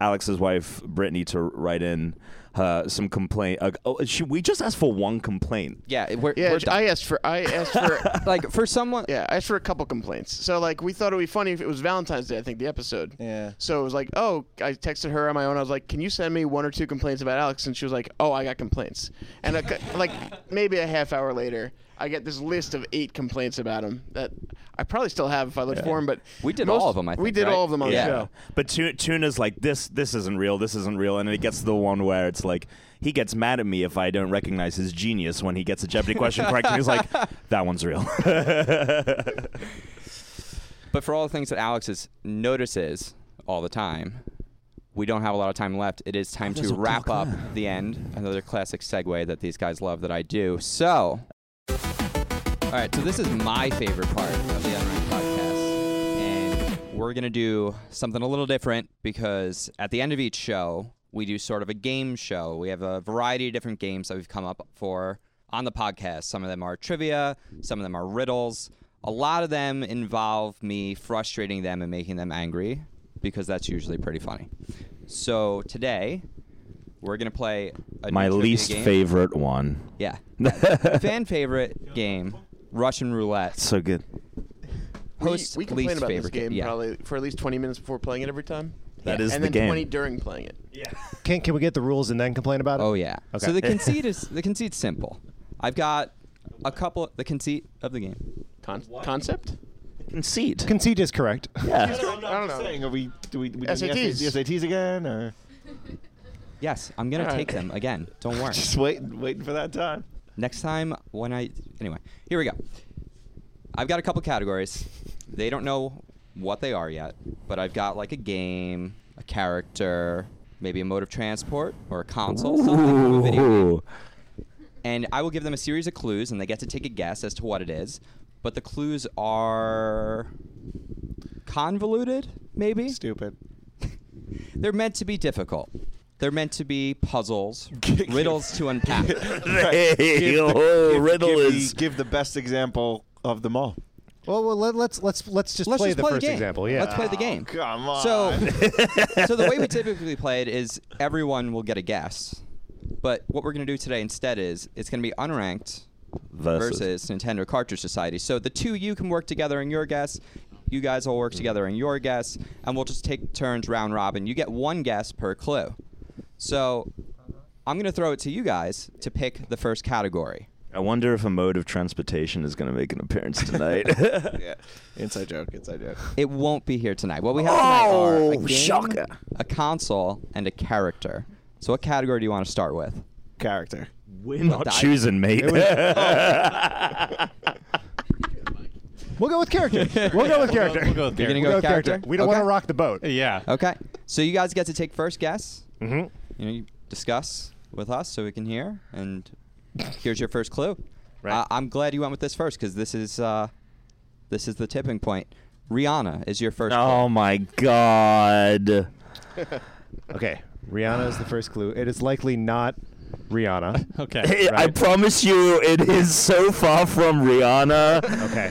Alex's wife Brittany to write in uh, some complaint. Uh, oh, should we just asked for one complaint? Yeah, we're, Yeah, we're done. I asked for I asked for like for someone. Yeah, I asked for a couple complaints. So like we thought it would be funny if it was Valentine's Day, I think, the episode. Yeah. So it was like, oh, I texted her on my own. I was like, can you send me one or two complaints about Alex? And she was like, oh, I got complaints. And I, got- like maybe a half hour later, I get this list of eight complaints about him that I probably still have if I look for him. But We did most- all of 'em, I we think, did right? all of them on Yeah. the show. But Tu- Tuna's like this. This isn't real. This isn't real. And then it gets to the one where it's like he gets mad at me if I don't recognize his genius when he gets a Jeopardy question correct. And he's like, that one's real. But for all the things that Alex is, notices all the time, we don't have a lot of time left. It is time to wrap up the end. Another classic segue that these guys love that I do. So, all right, so this is my favorite part of the Unranked podcast. And we're going to do something a little different because at the end of each show, we do sort of a game show. We have a variety of different games that we've come up for on the podcast. Some of them are trivia, some of them are riddles. A lot of them involve me frustrating them and making them angry because that's usually pretty funny. So today, we're going to play a new My trivia least game. favorite one. Yeah. Fan favorite game, Russian roulette. So good. We, Host we complain least about this favorite game game, yeah. probably for at least 20 minutes before playing it every time. That is and the then game. 20 during playing it. Can can we get the rules and then complain about it? Oh yeah. Okay. So the conceit is the conceit's simple. I've got a couple the conceit of the game. Con- concept? Conceit. conceit is correct. yeah. I don't know. are we do we, we SATs. SATs again or Yes, I'm gonna All right. take them again. Don't worry. just waiting waiting for that time? Next time when I anyway, here we go. I've got a couple categories. They don't know what they are yet, but I've got like a game, a character, maybe a mode of transport or a console, something from a video game. Ooh. and I will give them a series of clues, and they get to take a guess as to what it is. But the clues are convoluted, maybe. Stupid. They're meant to be difficult. They're meant to be puzzles, riddles to unpack. Give the- oh, give- riddle give the- is- give the best example of them all. Well, well let, let's let's let's just Let's play just the play first the game. example. Yeah. Let's play the game. Oh, Come on. So, so the way we typically play it is everyone will get a guess, but what we're going to do today instead is it's going to be unranked Versus. versus. Nintendo Cartridge Society. So the two you can work together in your guess. You guys all work together in your guess, and we'll just take turns round robin. You get one guess per clue. So I'm going to throw it to you guys to pick the first category. I wonder if a mode of transportation is going to make an appearance tonight. inside joke. Inside joke. It won't be here tonight. What we have tonight are a Oh, game, shocker. a console, and a character. So, what category do you want to start with? Character. We're not die. choosing, mate. We'll go with character. We'll go with character. We'll go with You're character. gonna go with character. We don't Okay. want to rock the boat. Yeah. Okay. So you guys get to take first guess. Mhm. You know, you discuss with us so we can hear. And here's your first clue. Right. Uh, I'm glad you went with this first because this is uh, this is the tipping point. Rihanna is your first. oh my god. Okay. Rihanna is the first clue. It is likely not Rihanna. Okay. Hey, I Right. promise you, it is so far from Rihanna. Okay.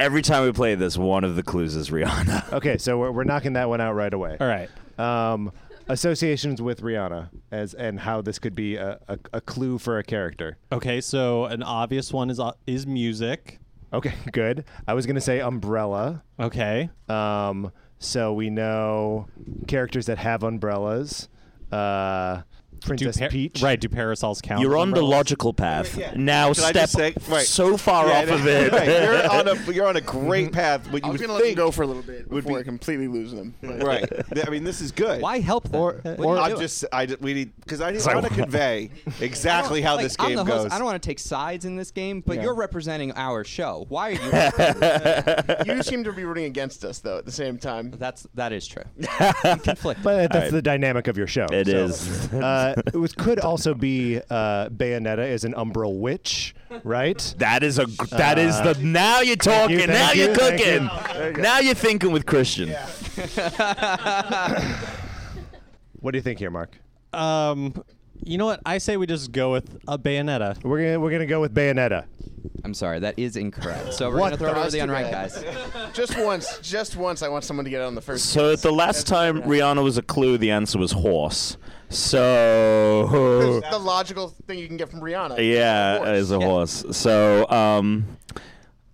Every time we play this, one of the clues is Rihanna. Okay. So we're, we're knocking that one out right away. All right. Um, associations with Rihanna as and how this could be a, a, a clue for a character. Okay. So an obvious one is uh, is music. Okay. Good. I was gonna say umbrella. Okay. Um, so we know characters that have umbrellas. Uh, Princess par- Peach. Right. Do parasols count? You're on the umbrellas? logical path. Now Can I step just say- right. so far Yeah, off no, of it. right. You're on a you're on a great path. What you I was would gonna let you think- go for a little bit would before be- I completely lose them. but- Right. I mean, this is good. Why help them? Or, or- I'm just I d- we need because I, I want to convey exactly how this I'm game the goes. Host. I don't want to take sides in this game, but Yeah. you're representing our show. Why are you? You seem to be rooting against us though at the same time. That's that is true. I'm conflicted. But that's the dynamic of your show. It so. is. Uh, it was, could also be uh, Bayonetta is an Umbral witch, right? That is a. gr- That is the. Now you're talking. you, now Uh, thank you're you, thank you. cooking. Now you're thinking with Christian. What do you think here, Mark? Um, you know what? I say we just go with a bayonetta. We're gonna we're gonna go with Bayonetta. I'm sorry, that is incorrect. So we're What gonna throw it the- over the That's too unranked bad. guys. Just once, just once, I want someone to get it on the first. So the last time Rihanna was a clue, the answer was horse. So the logical thing you can get from Rihanna. yeah, Of course. as a horse. So um,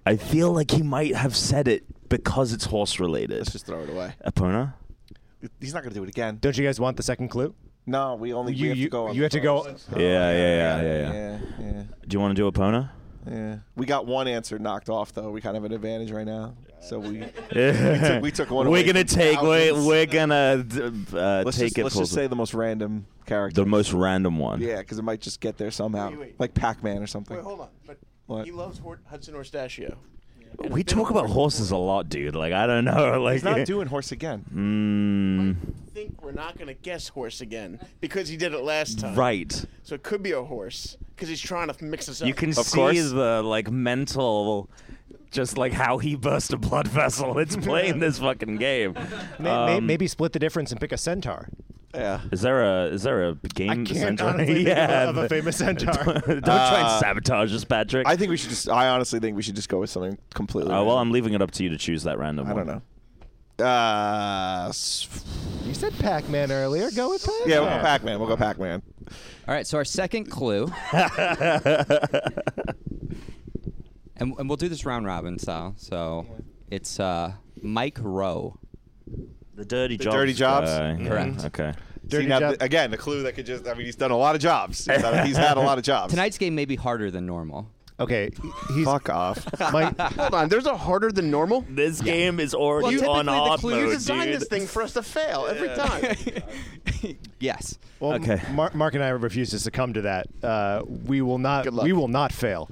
I feel like he might have said it because it's horse related. Let's just throw it away. Epona. He's not gonna do it again. Don't you guys want the second clue? No, we only we You- have you- to go. On you the have to go- first. Yeah, yeah, yeah, yeah, yeah. yeah, yeah, Do you want to do Epona? yeah. We got one answer knocked off though. We kind of have an advantage right now. So we Yeah. we took one We're away gonna from take. We're, thousands. we're gonna d- uh, let's take just, it. let's just full- say the most random character. the most random one. Yeah, because it might just get there somehow, Wait, wait. like Pac-Man or something. Wait, hold on. But What? he loves Hort- Hudson Horstachio. We talk about horses a lot, dude. Like I don't know. Like He's not doing horse again. Mm, I think we're not gonna guess horse again because he did it last time. right. So it could be a horse because he's trying to mix us up. You can Of see course. the like mental, just like how he burst a blood vessel. It's playing this fucking game. May, may, Um, maybe split the difference and pick a centaur. Yeah. Is there a is there a game? can't center? honestly think yeah, of a but- famous centaur. Don't, don't try and Uh, sabotage us, Patrick. I think we should just. I honestly think we should just go with something completely. Uh, well, I'm random. leaving it up to you to choose that random. I one. don't know. Uh, s- You said Pac-Man earlier. Go with Pac-Man. yeah, we'll go Pac-Man. We'll go Pac-Man. All right, so our second clue, and, and we'll do this round robin style. So it's uh, Mike Rowe. The dirty jobs. dirty jobs? guy. Mm-hmm. Correct. Okay. Dirty See, now, job. th- again, the clue that could just. I mean, he's done a lot of jobs. He's had, he's had a lot of jobs. Tonight's game may be harder than normal. Okay. He's Fuck off. Mike. Hold on. There's a harder than normal. This game is already Well, on typically the hard clue- mode, You designed dude. this thing for us to fail every time. yes. Well, Okay. Mar- Mark and I refuse to succumb to that. Uh, we will not. Good luck. We will not fail.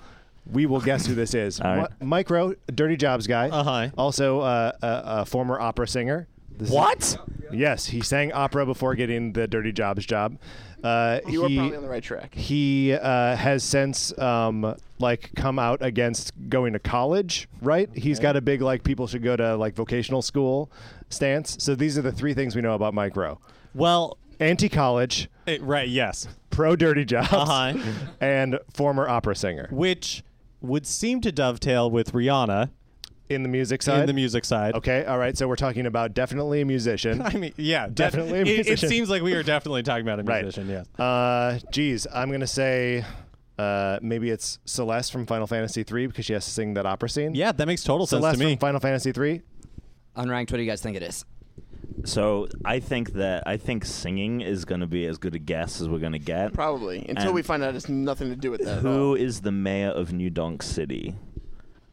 We will guess who this is. All right. Mi- Mike Rowe, dirty jobs guy. Uh-huh. Also, uh, a, a former opera singer. This is- What? yes, he sang opera before getting the dirty jobs job. Uh, You were he- probably on the right track. He uh, has since um, like come out against going to college, right? He's got a big like people should go to like vocational school stance. So these are the three things we know about Mike Rowe. Well, anti-college, Eh, right, yes. pro dirty jobs, Uh-huh. and former opera singer Which would seem to dovetail with Rihanna in the music side. in the music side. Okay, all right. So we're talking about definitely a musician. I mean, yeah, that- Definitely a it, it musician. seems like we are definitely talking about a Right. musician. Yes. Uh, geez, I'm gonna say uh, maybe it's Celeste from Final Fantasy III because she has to sing that opera scene. Yeah, that makes total sense Celeste to me. from Final Fantasy III. Unranked, what do you guys think it is? So I think that I think singing is going to be as good a guess as we're going to get. Probably until And we find out it's nothing to do with that. uh, at all. Who is the mayor of New Donk City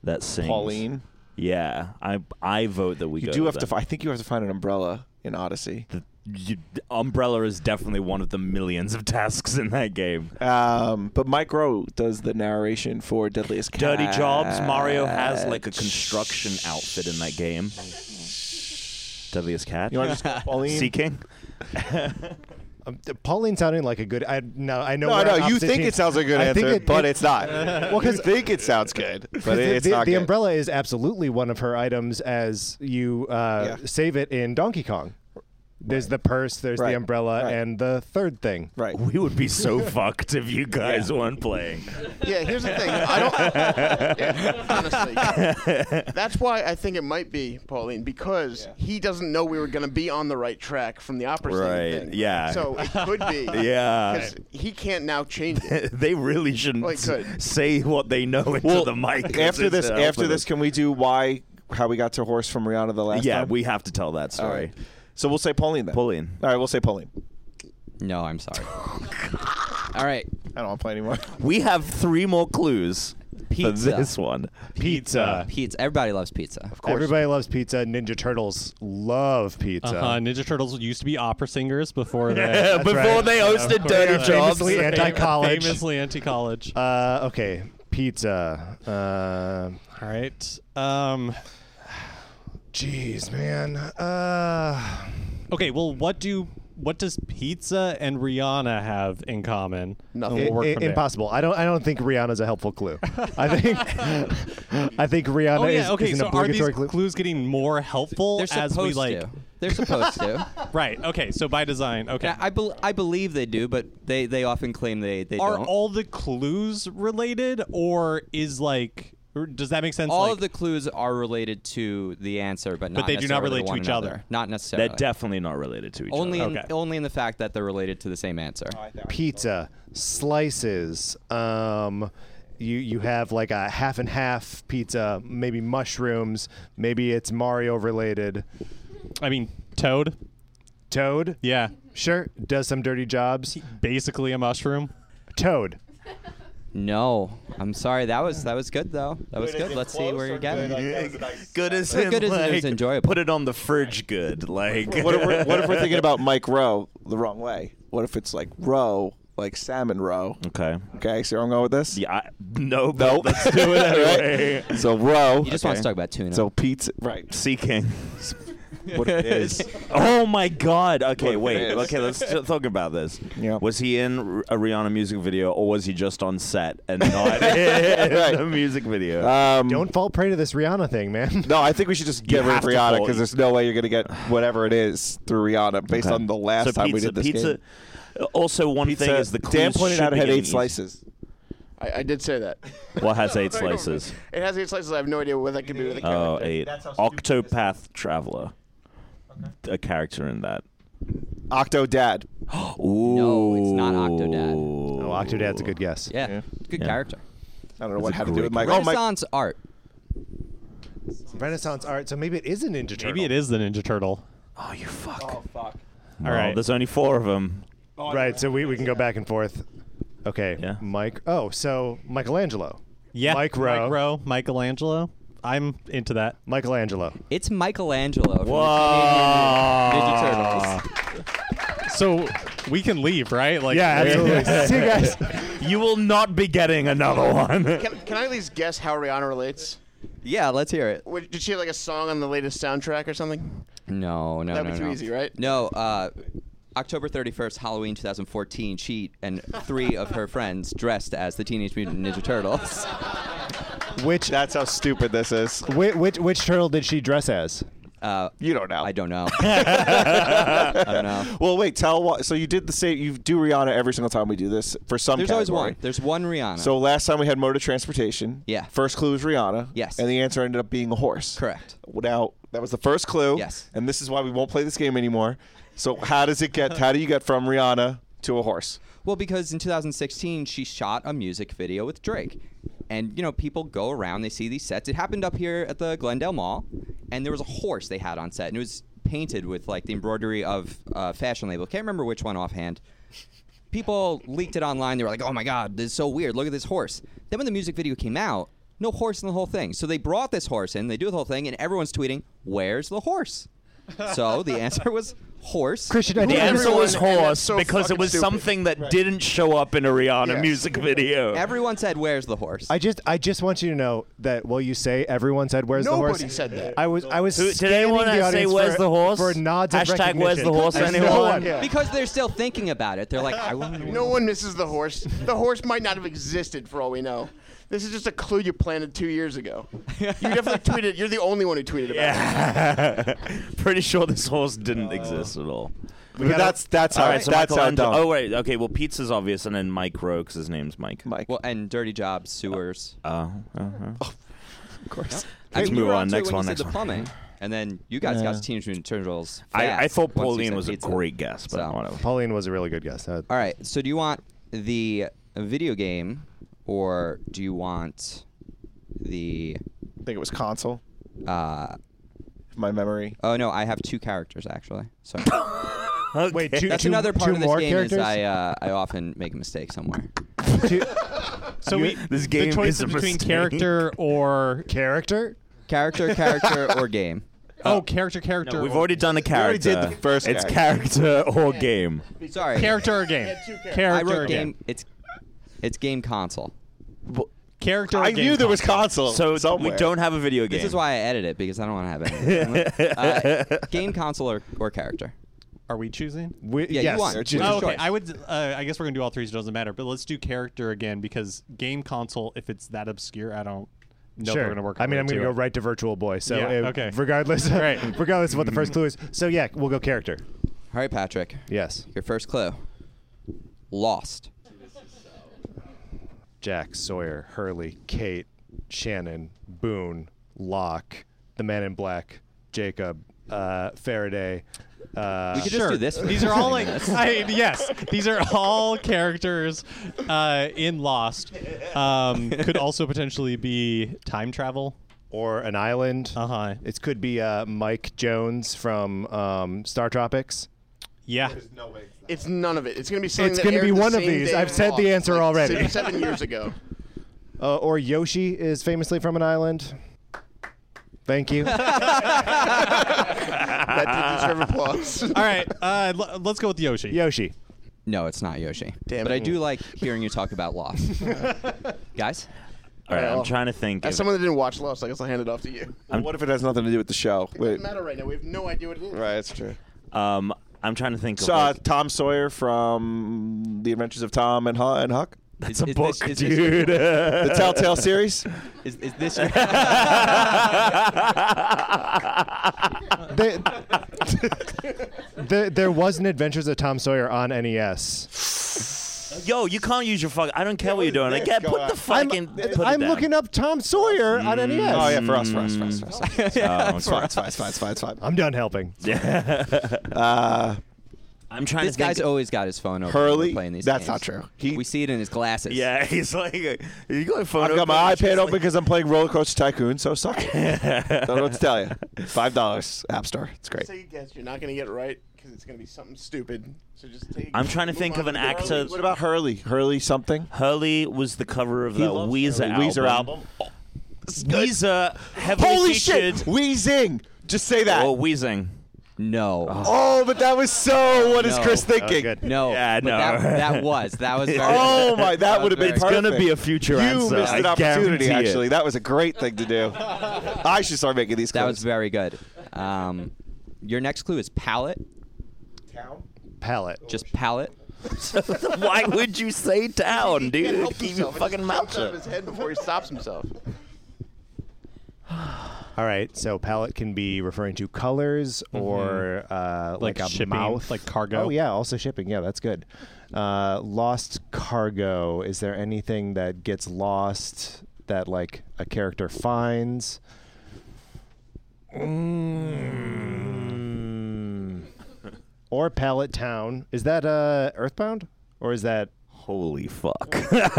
that sings? Pauline. Yeah, I I vote that we You go do have with to. them. fi- I think you have to find an umbrella in Odyssey. You- Umbrella is definitely one of the millions of tasks in that game. Um, but Mike Rowe does the narration for Deadliest Catch. Dirty jobs. Mario has like a construction outfit in that game. Deadliest cat. You want to just call Pauline? Sea King. Um, th- Pauline sounding like a good. I no, I know. No, we're no, on you opposite think teams. it sounds like a good I answer, think it- but it- it's not. well, you think it sounds good, but the, it's the- not the good. umbrella is absolutely one of her items as you uh, Yeah. save it in Donkey Kong. There's the purse, there's Right. the umbrella, Right. and the third thing. Right. We would be so fucked if you guys weren't playing. Yeah, here's the thing. I don't. Yeah, honestly, that's why I think it might be Pauline because he doesn't know we were going to be on the right track from the opera singing Right, thing. yeah. So it could be. Yeah. Because he can't now change it. they really shouldn't Well, it could. s- say what they know into Well, the mic. 'cause after it's this, an after alphabet. this, can we do why how we got to horse from Rihanna the last yeah, time? we have to tell All that story. right. So we'll say Pauline then. Pauline. All right, we'll say Pauline. No, I'm sorry. All right. I don't want to play anymore. We have three more clues Pizza. for this one. Pizza. Pizza. Everybody loves pizza. Of Everybody loves pizza. Ninja Turtles love pizza. Uh, Ninja Turtles used to be opera singers before they Before they hosted Dirty Jobs, Famously anti-college. famously anti-college. Uh, okay, pizza. Uh, All right. Um, Jeez, man. Uh, okay. Well, what do what does pizza and Rihanna have in common? Nothing. And i- we'll work i- from there. impossible. I don't. I don't think Rihanna's a helpful clue. I think. I think Rihanna Oh is, yeah. Okay. is an So are obligatory these clue. clues getting more helpful They're as supposed we like? to. They're supposed to. Right. Okay. So by design. Okay. I, I, bel I believe they do, but they, they often claim they, they are don't. all the clues related, or is like? or Does that make sense? All like, of the clues are related to the answer, but not they do not necessarily relate to one each another. other. Not necessarily. They're definitely not related to each only other. in, Okay. only in the fact that they're related to the same answer. Oh, pizza slices um you you have like a half and half pizza maybe mushrooms maybe it's mario related I mean, Toad. toad Yeah. sure does some dirty jobs Basically a mushroom. toad No, I'm sorry. That was that was good though. That was good. Let's see where you're getting. Good as Good in, as in it like, was enjoyable. Put it on the fridge. Good, like what, if we're, what if we're thinking about Mike Rowe the wrong way? What if it's like Rowe, like salmon roe? okay. Okay, so I'm going with this. Yeah, I, no, No. but let's do it anyway. right? So roe. You just want to talk about tuna. So pizza. Right. Sea King. What it is. Oh my God! What Okay, it wait. is. Okay, let's t- talk about this. Yeah. Was he in a Rihanna music video, or was he just on set and not in Right. the music video? Um, don't fall prey to this rihanna thing man No, I think we should just get You rid of have to Rihanna vote. because there's no way you're gonna get whatever it is through Rihanna based Okay. on the last So time we pizza- did this pizza. game. Also, one thing is the clues Dan pointed should out be it had getting eight easy- slices. I, I did say that. Well, it has eight slices. It has eight slices. I have no idea what that could be with a Oh, character. eight. Octopath Traveler. A character in that. Octo Dad. Ooh. No, it's not Octodad. oh octodad's a good guess yeah, yeah. good Yeah. character. I don't know what a had to do great with Mike. Oh, Mike. Renaissance art. renaissance art so maybe it is a ninja turtle Maybe it is the Ninja Turtle. Oh, you fuck. All All right. There's only four of them. right so we, we can go back and forth okay Yeah. mike oh so michelangelo Yeah. Mike Rowe. Mike Rowe. Michelangelo. I'm into that. michelangelo It's Michelangelo. from the Teenage Mutant Ninja Whoa. Turtles. So we can leave, right? Like yeah absolutely see you guys You will not be getting another one. Can, can I at least guess how Rihanna relates? Yeah, let's hear it. Would- Did she have like a song on the latest soundtrack or something? No, no, That'd no, be too no. easy, right? No, uh, October 31st, Halloween 2014, she and three of her friends dressed as the Teenage Mutant Ninja Turtles. which That's how stupid this is. Which, which which turtle did she dress as? Uh, You don't know. I don't know. I don't know. Well, wait. Tell what. So you did the same. You do Rihanna every single time we do this for some. There's always category. one. There's one Rihanna. So last time we had mode of transportation. Yeah. First clue was Rihanna. Yes. And the answer ended up being a horse. Correct. Now that was the first clue. Yes. And this is why we won't play this game anymore. So how does it get? How do you get from Rihanna to a horse? Well, because in 2016 she shot a music video with Drake, and you know people go around, they see these sets. It happened up here at the Glendale Mall, and there was a horse they had on set, and it was painted with like the embroidery of a fashion label. Can't remember which one offhand. People leaked it online. They were like, "Oh my God, this is so weird. Look at this horse." Then when the music video came out, no horse in the whole thing. So they brought this horse in. They do the whole thing, and everyone's tweeting, "Where's the horse?" So the answer was horse. Christian, I The think answer everyone- was and that's horse so because it fucking was stupid. something that didn't show up in a Rihanna Yes. music video. Everyone said, "Where's the horse?" I just I just want you to know that while you say everyone said where's the horse, Nobody said that. I was I was Who- did scanning anyone the say, audience "Where's for, the horse?" for nods of Hashtag, recognition. "Where's the horse?" There's Anyone? No one. Yeah. Because they're still thinking about it. They're like, I want to No one misses the horse. The horse might not have existed for all we know. This is just a clue you planted two years ago. You definitely tweeted. You're the only one who tweeted about it. Yeah. Pretty sure this horse didn't exist at all. But that's that's how All right, so that's how Michelangelo. dumb. Oh wait, okay. Well, pizza's obvious, and then Mike Rowe, because his name's Mike. Mike. Well, and dirty jobs, sewers. Oh, uh-huh. of course. let's we move were on. to it Next when one, you said next the one. plumbing, and then you guys Yeah. got Teenage Mutant Ninja Turtles. fast I, I thought once you Pauline said was a pizza. great guess, but So- whatever. Pauline was a really good guess. Uh, All right. So do you want the video game, or do you want the? I think it was console. Uh, if My memory. oh no, I have two characters actually. So Wait, two, that's two- another part two of this more game characters? is I uh, I often make a mistake somewhere. Two- So we, this game the choice is a between mistake. character or character. Character, character, or game. oh, character, character. We've or- Uh, already done the already character. did the first It's character. character or game. Sorry. character or game. I Character or wrote game. game. It's it's game console. Character. or I game knew there was console. console. So somewhere. we don't have a video game. This is why I edit it because I don't want to have anything. uh, game console or, or character? Are we choosing? We, Yeah, you yes. won. Ju- It's Oh, a okay. choice. I would. Uh, I guess we're gonna do all three, so it doesn't matter. But let's do character again because game console. If it's that obscure, I don't know if Sure. we're gonna work. I mean, I'm going gonna go right to Virtual Boy. So Yeah, uh, okay. regardless, Great. regardless of what the first clue is. So yeah, we'll go character. All right, Patrick. Yes, Your first clue. Lost. Jack Sawyer, Hurley, Kate, Shannon, Boone, Locke, The Man in Black, Jacob, uh, Faraday. Uh, We could Sure. just do this. one. These are all like, This. I, yes, these are all characters uh, in Lost. Um, could also potentially be time travel. or an island. Uh-huh. Uh huh. It could be uh, Mike Jones from um, Star Tropics. Yeah. It's none of it. It's gonna be something. It's that gonna aired be the one of same these. day I've as said the Lost, answer like, already. se- Seven years ago. Uh, or Yoshi is famously from an island. Thank you. That did deserve applause. All right. Uh, l- let's go with Yoshi. Yoshi. No, it's not Yoshi. Damn but it. I do like hearing you talk about Lost. Guys, All right, Well, I'm trying to think. As If, someone that didn't watch Lost, I guess I'll hand it off to you. Well, what if it has nothing to do with the show? It Wait. doesn't matter right now. We have no idea what it is. Right. That's true. um, I'm trying to think. So, uh, of, like, Tom Sawyer from The Adventures of Tom and, Hu- and Huck, that's a is book, this- is this- dude. the Telltale series. is, is this your There, there, there was an Adventures of Tom Sawyer on E NES. Yo, you can't use your fuck. I don't care what you're doing. this Like, yeah, guy? put the fucking. put I'm looking up Tom Sawyer on E NES. Oh yeah, for us, for us, for us, for us. Mm. Oh, It's fine, it's fine, it's fine, it's fine, it's fine. I'm done helping. Uh, I'm trying This to think. guy's always got his phone open. when we're Hurley. playing these That's games. not true. He, We see it in his glasses. yeah, he's like, uh, you got a phone. I've got my open, iPad it's open like- because I'm playing Roller Coaster Tycoon. So suck. it. Don't know what to tell you. Five dollars, App Store. It's great. Take a guess. You're not gonna get it right because it's gonna be something stupid. So just take. a I'm guess. trying to Move think on of an the next actor. one. What about Hurley? Hurley something. Hurley was the cover of the loves Weezer Hurley. album. Weezer album. Weezer heavily Holy shit! featured. Weezing. Just say that. Oh, Oh, Weezing. No. but that was so. What is No. Chris That was thinking? good. No. Yeah, Oh, but no. That, that was. That was very. Oh my, that would have been It's perfect. gonna be a future You answer, missed an I opportunity. guarantee it. Actually, that was a great thing to do. I should start making these. That clips. was very good. Um, your next clue is palette. Palette. Just palette. Why would you say down, He can't dude? help Keep your himself. It fucking just mouth comes out of shut. his head before he stops himself. All right, so palette can be referring to colors or uh, Like like, a shipping, mouth, like cargo. Oh yeah, also shipping. Yeah, that's good. Uh, lost cargo. Is there anything that gets lost that like a character finds? Mm. Or pallet town. Is that uh, Earthbound or is that? Holy fuck. I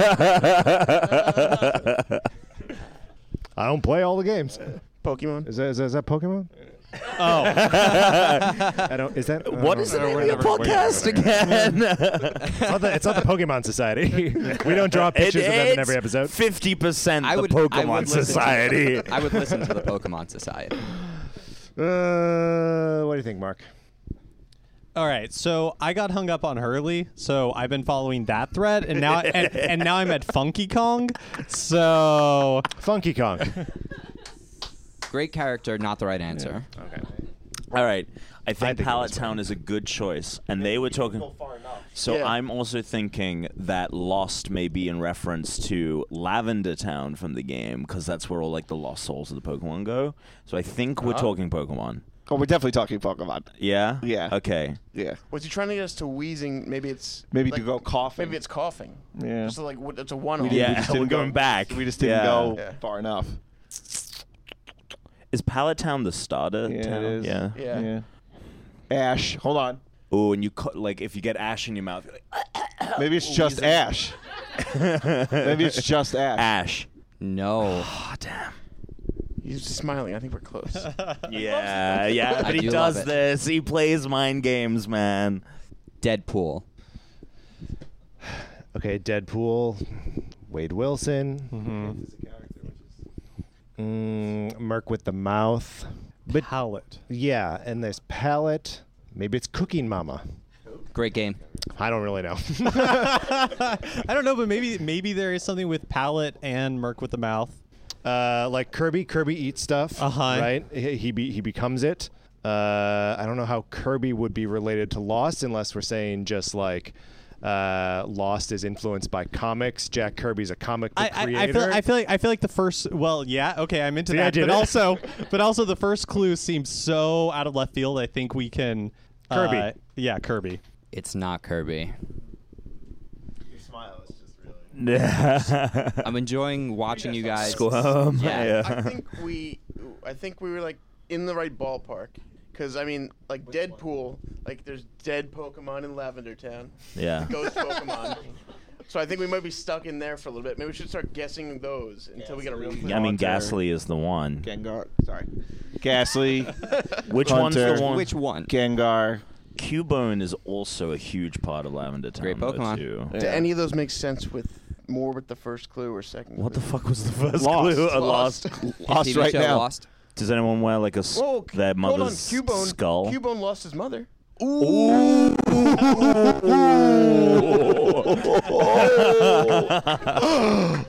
don't play all the games. Pokemon. Is that is that, is that Pokemon? Oh, I don't. Is that What is the name of your podcast again? It's not, the, it's not the Pokemon Society. we don't draw pictures of them in every episode. Fifty percent I the would- I would Pokemon listen to- Society. I would listen to the Pokemon Society. Uh, what do you think, Mark? all right. So I got hung up on Hurley, so I've been following that thread, and now and, and now I'm at Funky Kong. So Funky Kong. Great character, not the right answer. All right, I think, think it Pallet was Town is a good choice, and they were talking. So Yeah. I'm also thinking that Lost may be in reference to Lavender Town from the game, because that's where all like the lost souls of the Pokemon go. So I think Uh-huh. we're talking Pokemon. Oh, we're definitely talking Pokemon. Yeah. Yeah. Okay. Yeah. Was he trying to get us to wheezing? Maybe it's Maybe like, to go coughing. Maybe it's coughing. Yeah. Just like what- it's a one. didn't- we Yeah, just we're didn't go- going back. we just didn't Yeah. go Yeah. far enough. Is Pallet Town the starter Yeah, it town? is. Yeah. Yeah. Ash, hold on. Oh, and you cut like if you get ash in your mouth, you're like, "Ah, Maybe Oh, it's just Ash. Maybe it's just Ash. ash. No. He's smiling. I think we're close. Yeah, yeah. But I he do love does it. this. He plays mind games, man. Deadpool. Okay, Deadpool, Wade Wilson, mm, Merc with the mouth. But palette. yeah, and there's Palette. Maybe it's Cooking Mama. Great game. I don't really know. I don't know, but maybe maybe there is something with palette and Merc with the mouth. uh, like Kirby, Kirby eats stuff, Uh-huh. right? He he, be, he becomes it. Uh, I don't know how Kirby would be related to Lost unless we're saying just like uh, Lost is influenced by comics. Jack Kirby's a comic book I, I, I creator. feel I feel like I feel like the first well yeah okay I'm into See, I that did but it. also but also the first clue seems so out of left field I think we can uh, Kirby. yeah Kirby It's not Kirby. Yeah. I'm enjoying watching you guys. Squirm. Yeah. Yeah. I think we, I think we were like in the right ballpark. Cause I mean, like Deadpool, like there's dead Pokemon in Lavender Town, yeah. ghost Pokemon. So I think we might be stuck in there for a little bit. Maybe we should start guessing those until we get a real. clue. I mean, Hunter. Ghastly is the one. Gengar. Sorry. Ghastly. Which Hunter. one's the one? Which one? Gengar. Cubone is also a huge part of Lavender Town. Great though, Pokemon. too. Do any of those make sense with more with the first clue or second? What the clue? fuck was the first Lost. clue? A Lost. Lost TV right show now. Lost. Does anyone wear like a s- Whoa, their Oh, hold on. mother's Cubone, skull? Cubone lost his mother. Oh.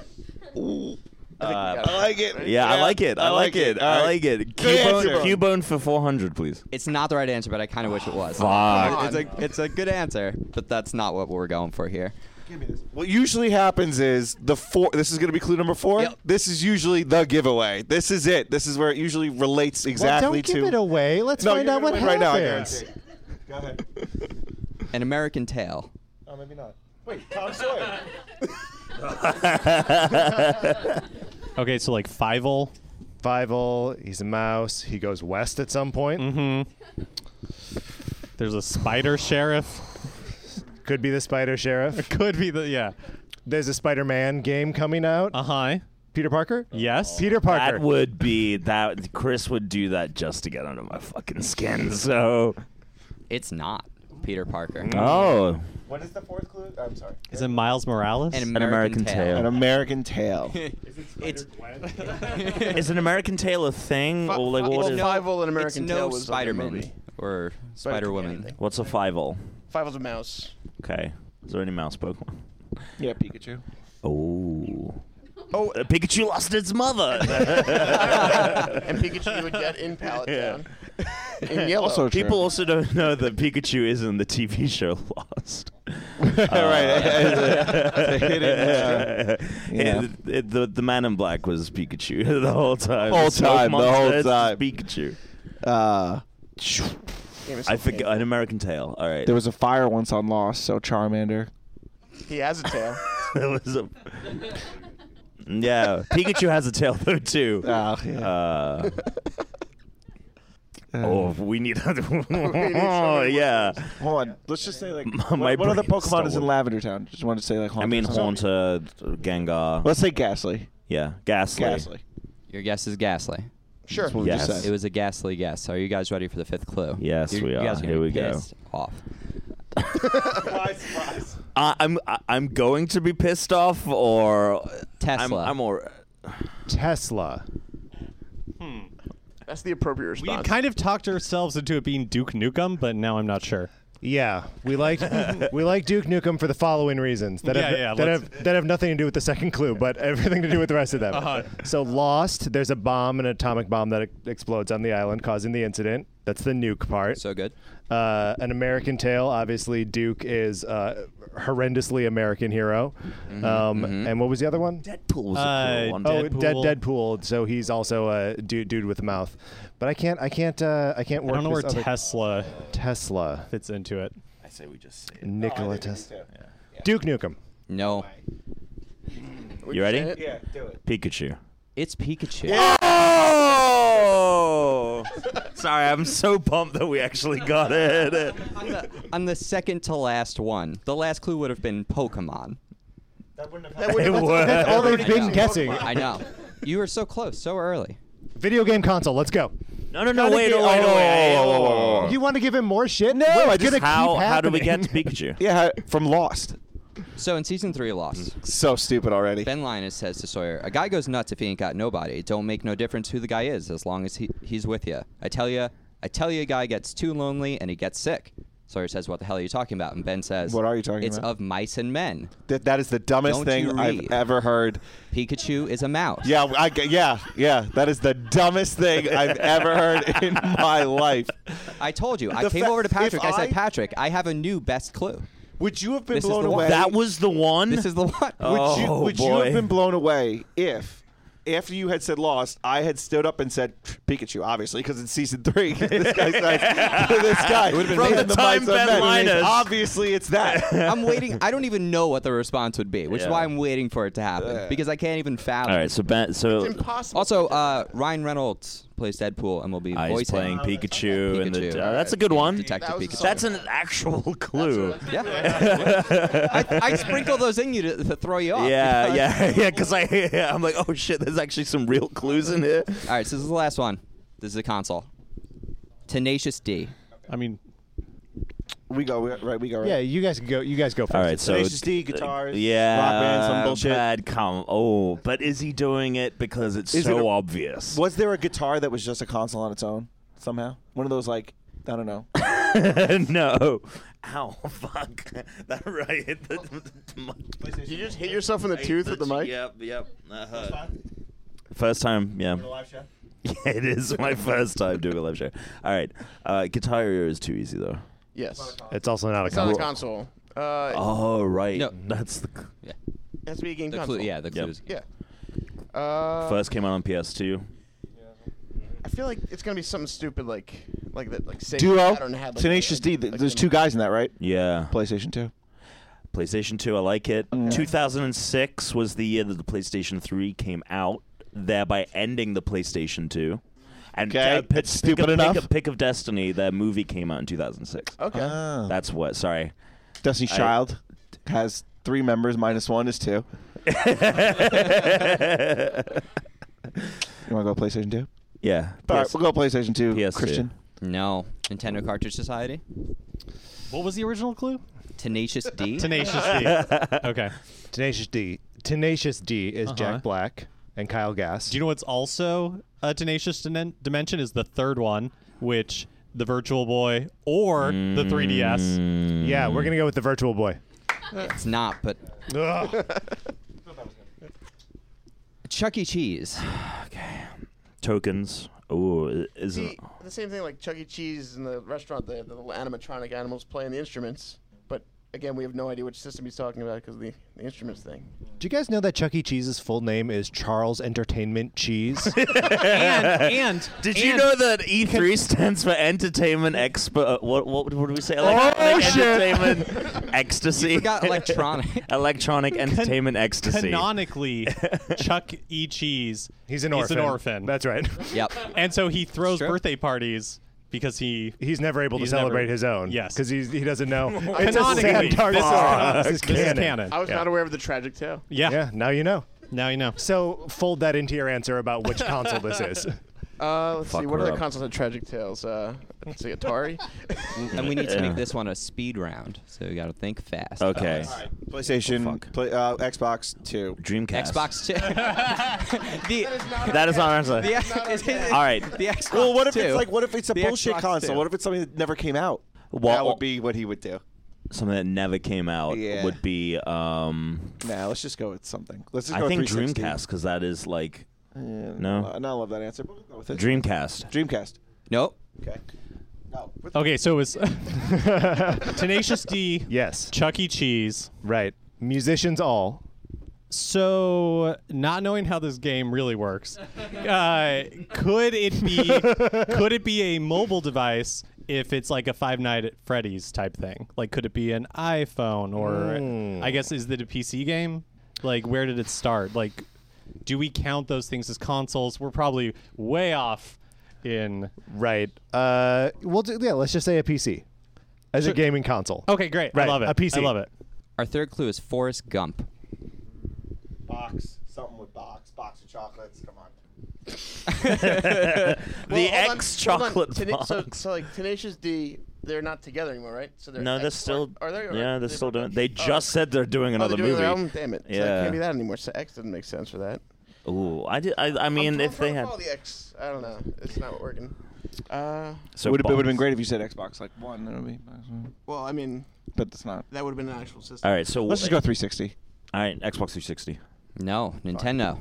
I like it. yeah, I like it. I, like it. I like it. Cubone, answer. Cubone for 400, please. It's not the right answer, but I kind of wish it was. Fuck. It's a it's a good answer, but that's not what we're going for here. What usually happens is the four. This is going to be clue number four. Yep. This is usually the giveaway. This is it. This is where it usually relates well, exactly don't to. give it away. Let's No, find you're out what gonna win right now, I happens. guarantee. Go ahead. An American Tale. Oh, maybe not. Wait, Tom Sawyer. okay so like Fievel Fievel, he's a mouse. He goes west at some point. Mm-hmm. there's a spider sheriff Could be the Spider Sheriff. could be the yeah There's a Spider Man game coming out. uh huh Peter Parker? yes Peter Parker. That would be that. Chris would do that just to get under my fucking skin. So, It's not Peter Parker. oh, What is the fourth clue? I'm sorry. is it Miles Morales An American, American Tale. An American Tale. It's is an American Tale a thing? Fi- or like fi- what? it's is- no- Fievel and it's American no Tale was like a Spider-Man movie. or Spider Woman. anything. What's a five-o? Five was a mouse. Okay. Is there any mouse Pokemon? Yeah, Pikachu. Oh. Oh, Uh, Pikachu lost its mother. and Pikachu would get in Pallet Town in yellow. Also true. People also don't know that Pikachu is in the TV show Lost. right. hidden, uh, Yeah, the, the the man in black was Pikachu the whole time. Whole Smoke time, the whole monster, it's time. Pikachu. uh, Game is so I forget an American Tale. All right, there was a fire once on Lost, so Charmander. painful. He has a tail. There was a. Yeah, Pikachu has a tail though too. Oh, yeah. Uh, Uh, oh, we need. oh more yeah, Hold on. Let's just say like My- what- my what, other brain is Pokemon is in stolen. Lavender Town? Just wanted to say like Haunter I mean or something. Haunter, Gengar. Let's say Ghastly. yeah, Ghastly. Ghastly. Your guess is ghastly. Sure. That's what we just Yes. said. It was a ghastly guess. Are you guys ready for the fifth clue? Yes, you, we You guys are. gonna Here be we go. pissed Off. I, I'm I- I'm going to be pissed off or Tesla. I'm, I'm or Tesla. Hmm. That's the appropriate We had response. kind of talked ourselves into it being Duke Nukem, but now I'm not sure. Yeah, we like we like Duke Nukem for the following reasons that have Yeah, yeah, that let's- have that have nothing to do with the second clue, but everything to do with the rest of them. Uh-huh. So Lost, there's a bomb, an atomic bomb that e-, explodes on the island, causing the incident. That's the nuke part. So good. uh, an American Tale. Obviously, Duke is uh, horrendously American hero. um, And what was the other one? Deadpool was Uh, a cool one. oh, Oh, Dead Deadpool. Deadpool. So he's also a dude, dude with a mouth. But I can't, I can't, uh, I can't I work. don't know where this other- Tesla Tesla, fits into it. I say we just Mm. say it. Nikola Tesla, Duke Nukem. No, You ready? Yeah, do it. Pikachu. it's Pikachu. Oh! Sorry, I'm so pumped that we actually got it. On the, on the second to last one, the last clue would have been Pokemon. That would- It That's all was. they've been guessing. I know. You were so close, so early. Video game console. Let's go. No, no, no, Gotta wait, get- no, wait, no, oh, wait. whoa, whoa, whoa, whoa. You want to give him more shit? No, What's I just- gonna How, keep how do we get to happening? Pikachu? Yeah, from Lost. So in season three of Lost, So stupid already. Ben Linus says to Sawyer, "A guy goes nuts if he ain't got nobody. It don't make no difference who the guy is, as long as he, he's with you. I tell you, I tell you, a guy gets too lonely and he gets sick." Sawyer says, "What the hell are you talking about?" And Ben says, What are you talking it's about?" It's of mice and men. That, that is the dumbest Don't you thing I've read. ever heard. Pikachu is a mouse. Yeah, I, yeah, yeah. That is the dumbest thing I've ever heard in my life. I told you. I The came fa- over to if Patrick. I, said, I- "Patrick, I have a new best clue. Would you have been This is blown the one. away? That was the one? This is the one." Would Oh. you, would you boy. have been blown away if, after you had said Lost, I had stood up and said Pikachu, obviously, because it's season three. this guy, says, this guy, been from amazing. the Time Minds of Ben Men. Linus. Obviously, it's that. I'm waiting. I don't even know what the response would be, which is Yeah. why I'm waiting for it to happen because I can't even fathom. All right, so Ben, so It's impossible. Also, uh, Ryan Reynolds plays Deadpool and will be uh, he's voicing playing Pikachu, and Pikachu. the, uh, that's a good one. Detective That was a Pikachu. solid That's an actual clue. yeah. I, I sprinkle those in you to, to throw you off. Yeah, because- yeah, yeah. Because I, I'm like, oh shit, there's actually some real clues in here. All right, so this is the last one. This is a console. Tenacious D. I mean, we go we- right. We go right. Yeah, you guys can go. You guys go first. All right, so Tenacious D, guitars, yeah, rock band, some bullshit. Bad com- oh, but is he doing it because it's Is it so a- obvious? Was there a guitar that was just a console on its own somehow? One of those like I don't know. no. Ow, fuck. That right hit the, the mic. Did you just hit yourself in the tooth with the mic? Yep, yep. That hurt. First time, yeah. Yeah, it is my first time doing a live show. All right. Uh, guitar hero is too easy, though. Yes. It's also not a It's on the console. console. Uh, Oh, right. No. That's the Yeah. It has to be a game The console. clue. Yeah. The clue. Yep. is- Yeah. Uh, first came out on PS2. I feel like it's gonna be something stupid like like that like Sega Duo, Saturn had, like, Tenacious a- D. th- like There's a- two guys in that, right? Yeah. PlayStation Two. PlayStation 2, I like it. 2006 was the year that the PlayStation 3 came out, thereby ending the PlayStation 2. And Okay, uh, pick- that's stupid pick, a- enough. Pick, a- pick of Destiny, that movie came out in 2006. Okay. That's what, sorry. Ah. Destiny's I- Child has three members. Minus one is two. You want to go PlayStation Two? yeah. All right, PS we'll go PlayStation Two. PS2. Christian. Hmm. No. Nintendo Cartridge Society. what was the original clue? Tenacious D. Tenacious D. okay. Tenacious D. Tenacious D is Uh-huh. Jack Black and Kyle Gass. Do you know what's also a tenacious Dimen- dimension is the third one, which the Virtual Boy or the 3DS. Yeah, Mm. we're gonna go with the Virtual Boy. It's not, but Chuck E. Cheese. Tokens. Oh, See, isn't. the same thing like Chuck E. Cheese in the restaurant, the, the little animatronic animals playing the instruments, but again, we have no idea which system he's talking about because the, the instruments thing. Do you guys know that Chuck E. Cheese's full name is Charles Entertainment Cheese? and and Did you and- know that E3 stands for Entertainment Expo? Uh, what, what what do we say? Electronic Entertainment Ecstasy. You forgot electronic. electronic Entertainment Ecstasy. canonically Chuck E. Cheese He's an is orphan. an orphan. That's right. Yep. and so he throws true. birthday parties because he He's never able He's to celebrate never- his own. Yes. Because he doesn't know. it's a canonically sad dark this, is, side. this is canon. I was not aware of the tragic tale. Yeah. Yeah, now you know. Now you know. So fold that into your answer about which console this is. Uh, let's see. Fuck What her are the up. consoles of tragic tales? Uh, let's see, Atari. Mm-hmm. and we need to Yeah. make this one a speed round, so you got to think fast. Uh, Okay. Oh, PlayStation, play, uh, Xbox Two. Dreamcast. Xbox Two. the, That is our answer. the, All All right. The Xbox Well, what if two. it's like what if it's a The bullshit Xbox console? two. What if it's something that never came out? Well- oh. that would be what he would do. Something that never came out Yeah. would be um, Nah, let's just go with something. Let's just I go think with 360. Dreamcast because that is like Yeah, No. I love that answer. But we'll go with it. Dreamcast. Dreamcast. Nope. Okay. No. What the- Okay, so it's Tenacious D, yes. Chuck E. Cheese. Right. Musicians all. So, not knowing how this game really works, uh, could it be could it be a mobile device if it's like a Five Night at Freddy's type thing? Like, could it be an iPhone or Hmm. I guess is it a PC game? Like, where did it start? Like, do we count those things as consoles? We're probably way off in. Right. Uh, we'll do, yeah, let's just say a PC as a Sure. gaming console. Okay, great. Right, I love it. a PC. I love it. Our third clue is Forrest Gump. Box. Something with box. Box of chocolates. Come on. the Well, hold on, X hold on. chocolate Tena- box. So, so like Tenacious D, they're not together anymore, right? So they're no, they're X- still. Are they? Or- yeah, they're still doing. They Oh. just said they're doing Oh, another they're doing movie. their own- Damn it! So Yeah. it can't be that anymore. So X doesn't make sense for that. Ooh, I did. I, I mean, I'm if they trying to had. follow the X, I don't know. It's not working. Uh, So it would have been box. great if you said Xbox like one. That would be. well, I mean, But it's not. that would have been an actual system. All right, so Let's just go 360. All right, Xbox 360. No, Nintendo.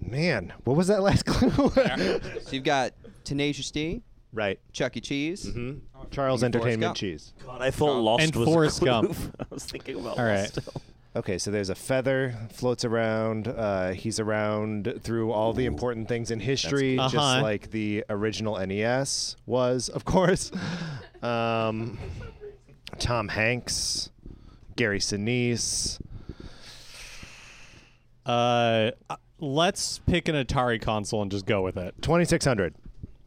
Man, what was that last clue? So you've got Tenacious D, right. Chuck E. Cheese. Mm-hmm. Charles Entertainment Gump. Cheese. God, I thought Lost And was a Forrest clue. Gump. I was thinking about All right. Lost. Okay, so there's a feather floats around. Uh, he's around through all the important things in history, That's- just Uh-huh. like the original NES was, of course. Um, Tom Hanks, Gary Sinise. Uh, let's pick an Atari console and just go with it. 2600.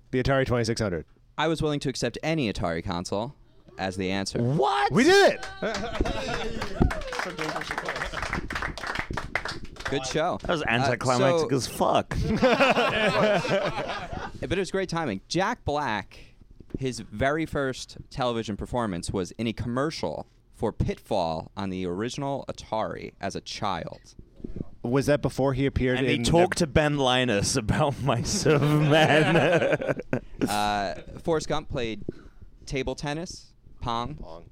The Atari 2600. I was willing to accept any Atari console as the answer. What? We did it! Good show. That was Uh, anticlimactic so- as fuck. but it was great timing. Jack Black, his very first television performance was in a commercial for Pitfall on the original Atari as a child. Was that before he appeared and in. he talked to Ben Linus about my Superman. Uh, Forrest Gump played table tennis, pong,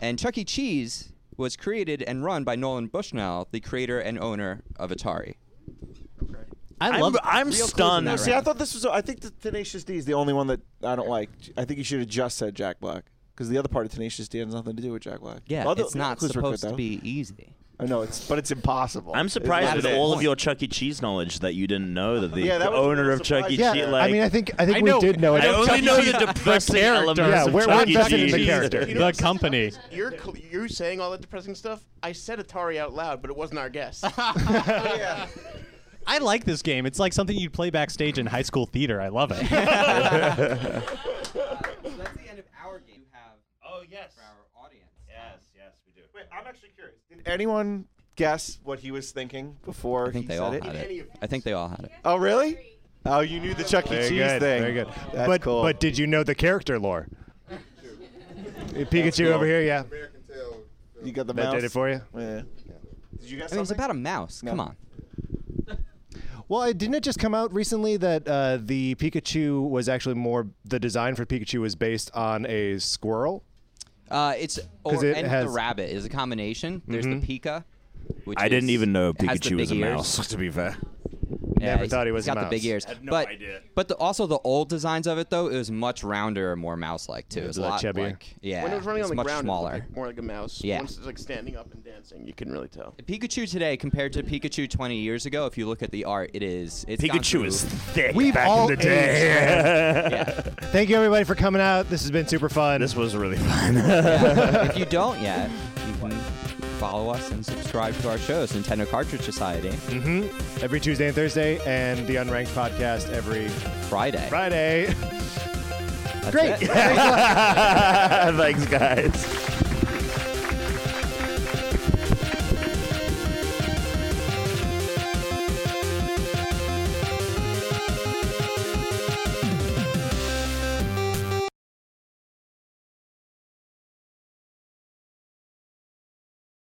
and Chuck E. Cheese was created and run by Nolan Bushnell, the creator and owner of Atari. I I'm, love. I'm Real clues in stunned. that See, I round. thought this was. I think that Tenacious D is the only one that I don't like. I think you should have just said Jack Black because the other part of Tenacious D has nothing to do with Jack Black. Yeah, Although- it's not clues were good, supposed to though. be e- easy. I know it's, but it's impossible. I'm It's surprised not with it. all of your Chuck E. Cheese knowledge that you didn't know that the Yeah, that was a owner little of Chuck E. surprise. Cheese. Yeah, Like, I mean, I think I think I we know- did know it. I know only Chuck E. know Cheese- the the depressing elements character. Yeah, of we're- Chuck we're E. invested in the Cheese. character. the company. You're cl- you're saying all that depressing stuff. I said Atari out loud, but it wasn't our guess. Oh, I like this game. It's like something you'd play backstage in high school theater. I love it. that's the end of our game. You have oh yes for our audience. Yes. Anyone guess what he was thinking before I think he they said all it? had it. I think they all had it. Oh, really? Oh, you knew the Chuck E. Very Cheese good. thing. Very good. That's but cool. but did you know the character lore? Pikachu over here, yeah. you got the That mouse. did it for you. Yeah. Did you guess I mean, it's something? about a mouse. Come on. Well, I- didn't it just come out recently that uh, the Pikachu was actually more the design for Pikachu was based on a squirrel? Uh, it's or 'Cause it and has- the rabbit is a combination. There's the Pika. Which I didn't is- even know it has the Pikachu was a big ears. mouse, to be fair. never he's- thought he was he's a got the big mouse. ears. Had no but idea. but the, also the old designs of it though, it was much rounder and more mouse-like too. It was a a lot lot chubbier. like yeah, when it was running it's on the much ground, smaller. it looked like, more like a mouse. Yeah. Once it's like standing up and dancing, you can really tell. Pikachu today compared to Pikachu 20 years ago, if you look at the art, it is it's gone Pikachu is through- thick We've back all in the day. yeah. Thank you everybody for coming out. This has been super fun. this was really fun. Yeah. if you don't yet, you can follow us and subscribe to our shows, Nintendo Cartridge Society, Mm-hmm. every Tuesday and Thursday, and the Unranked podcast every Friday. Friday. That's Great. it. Thanks, guys.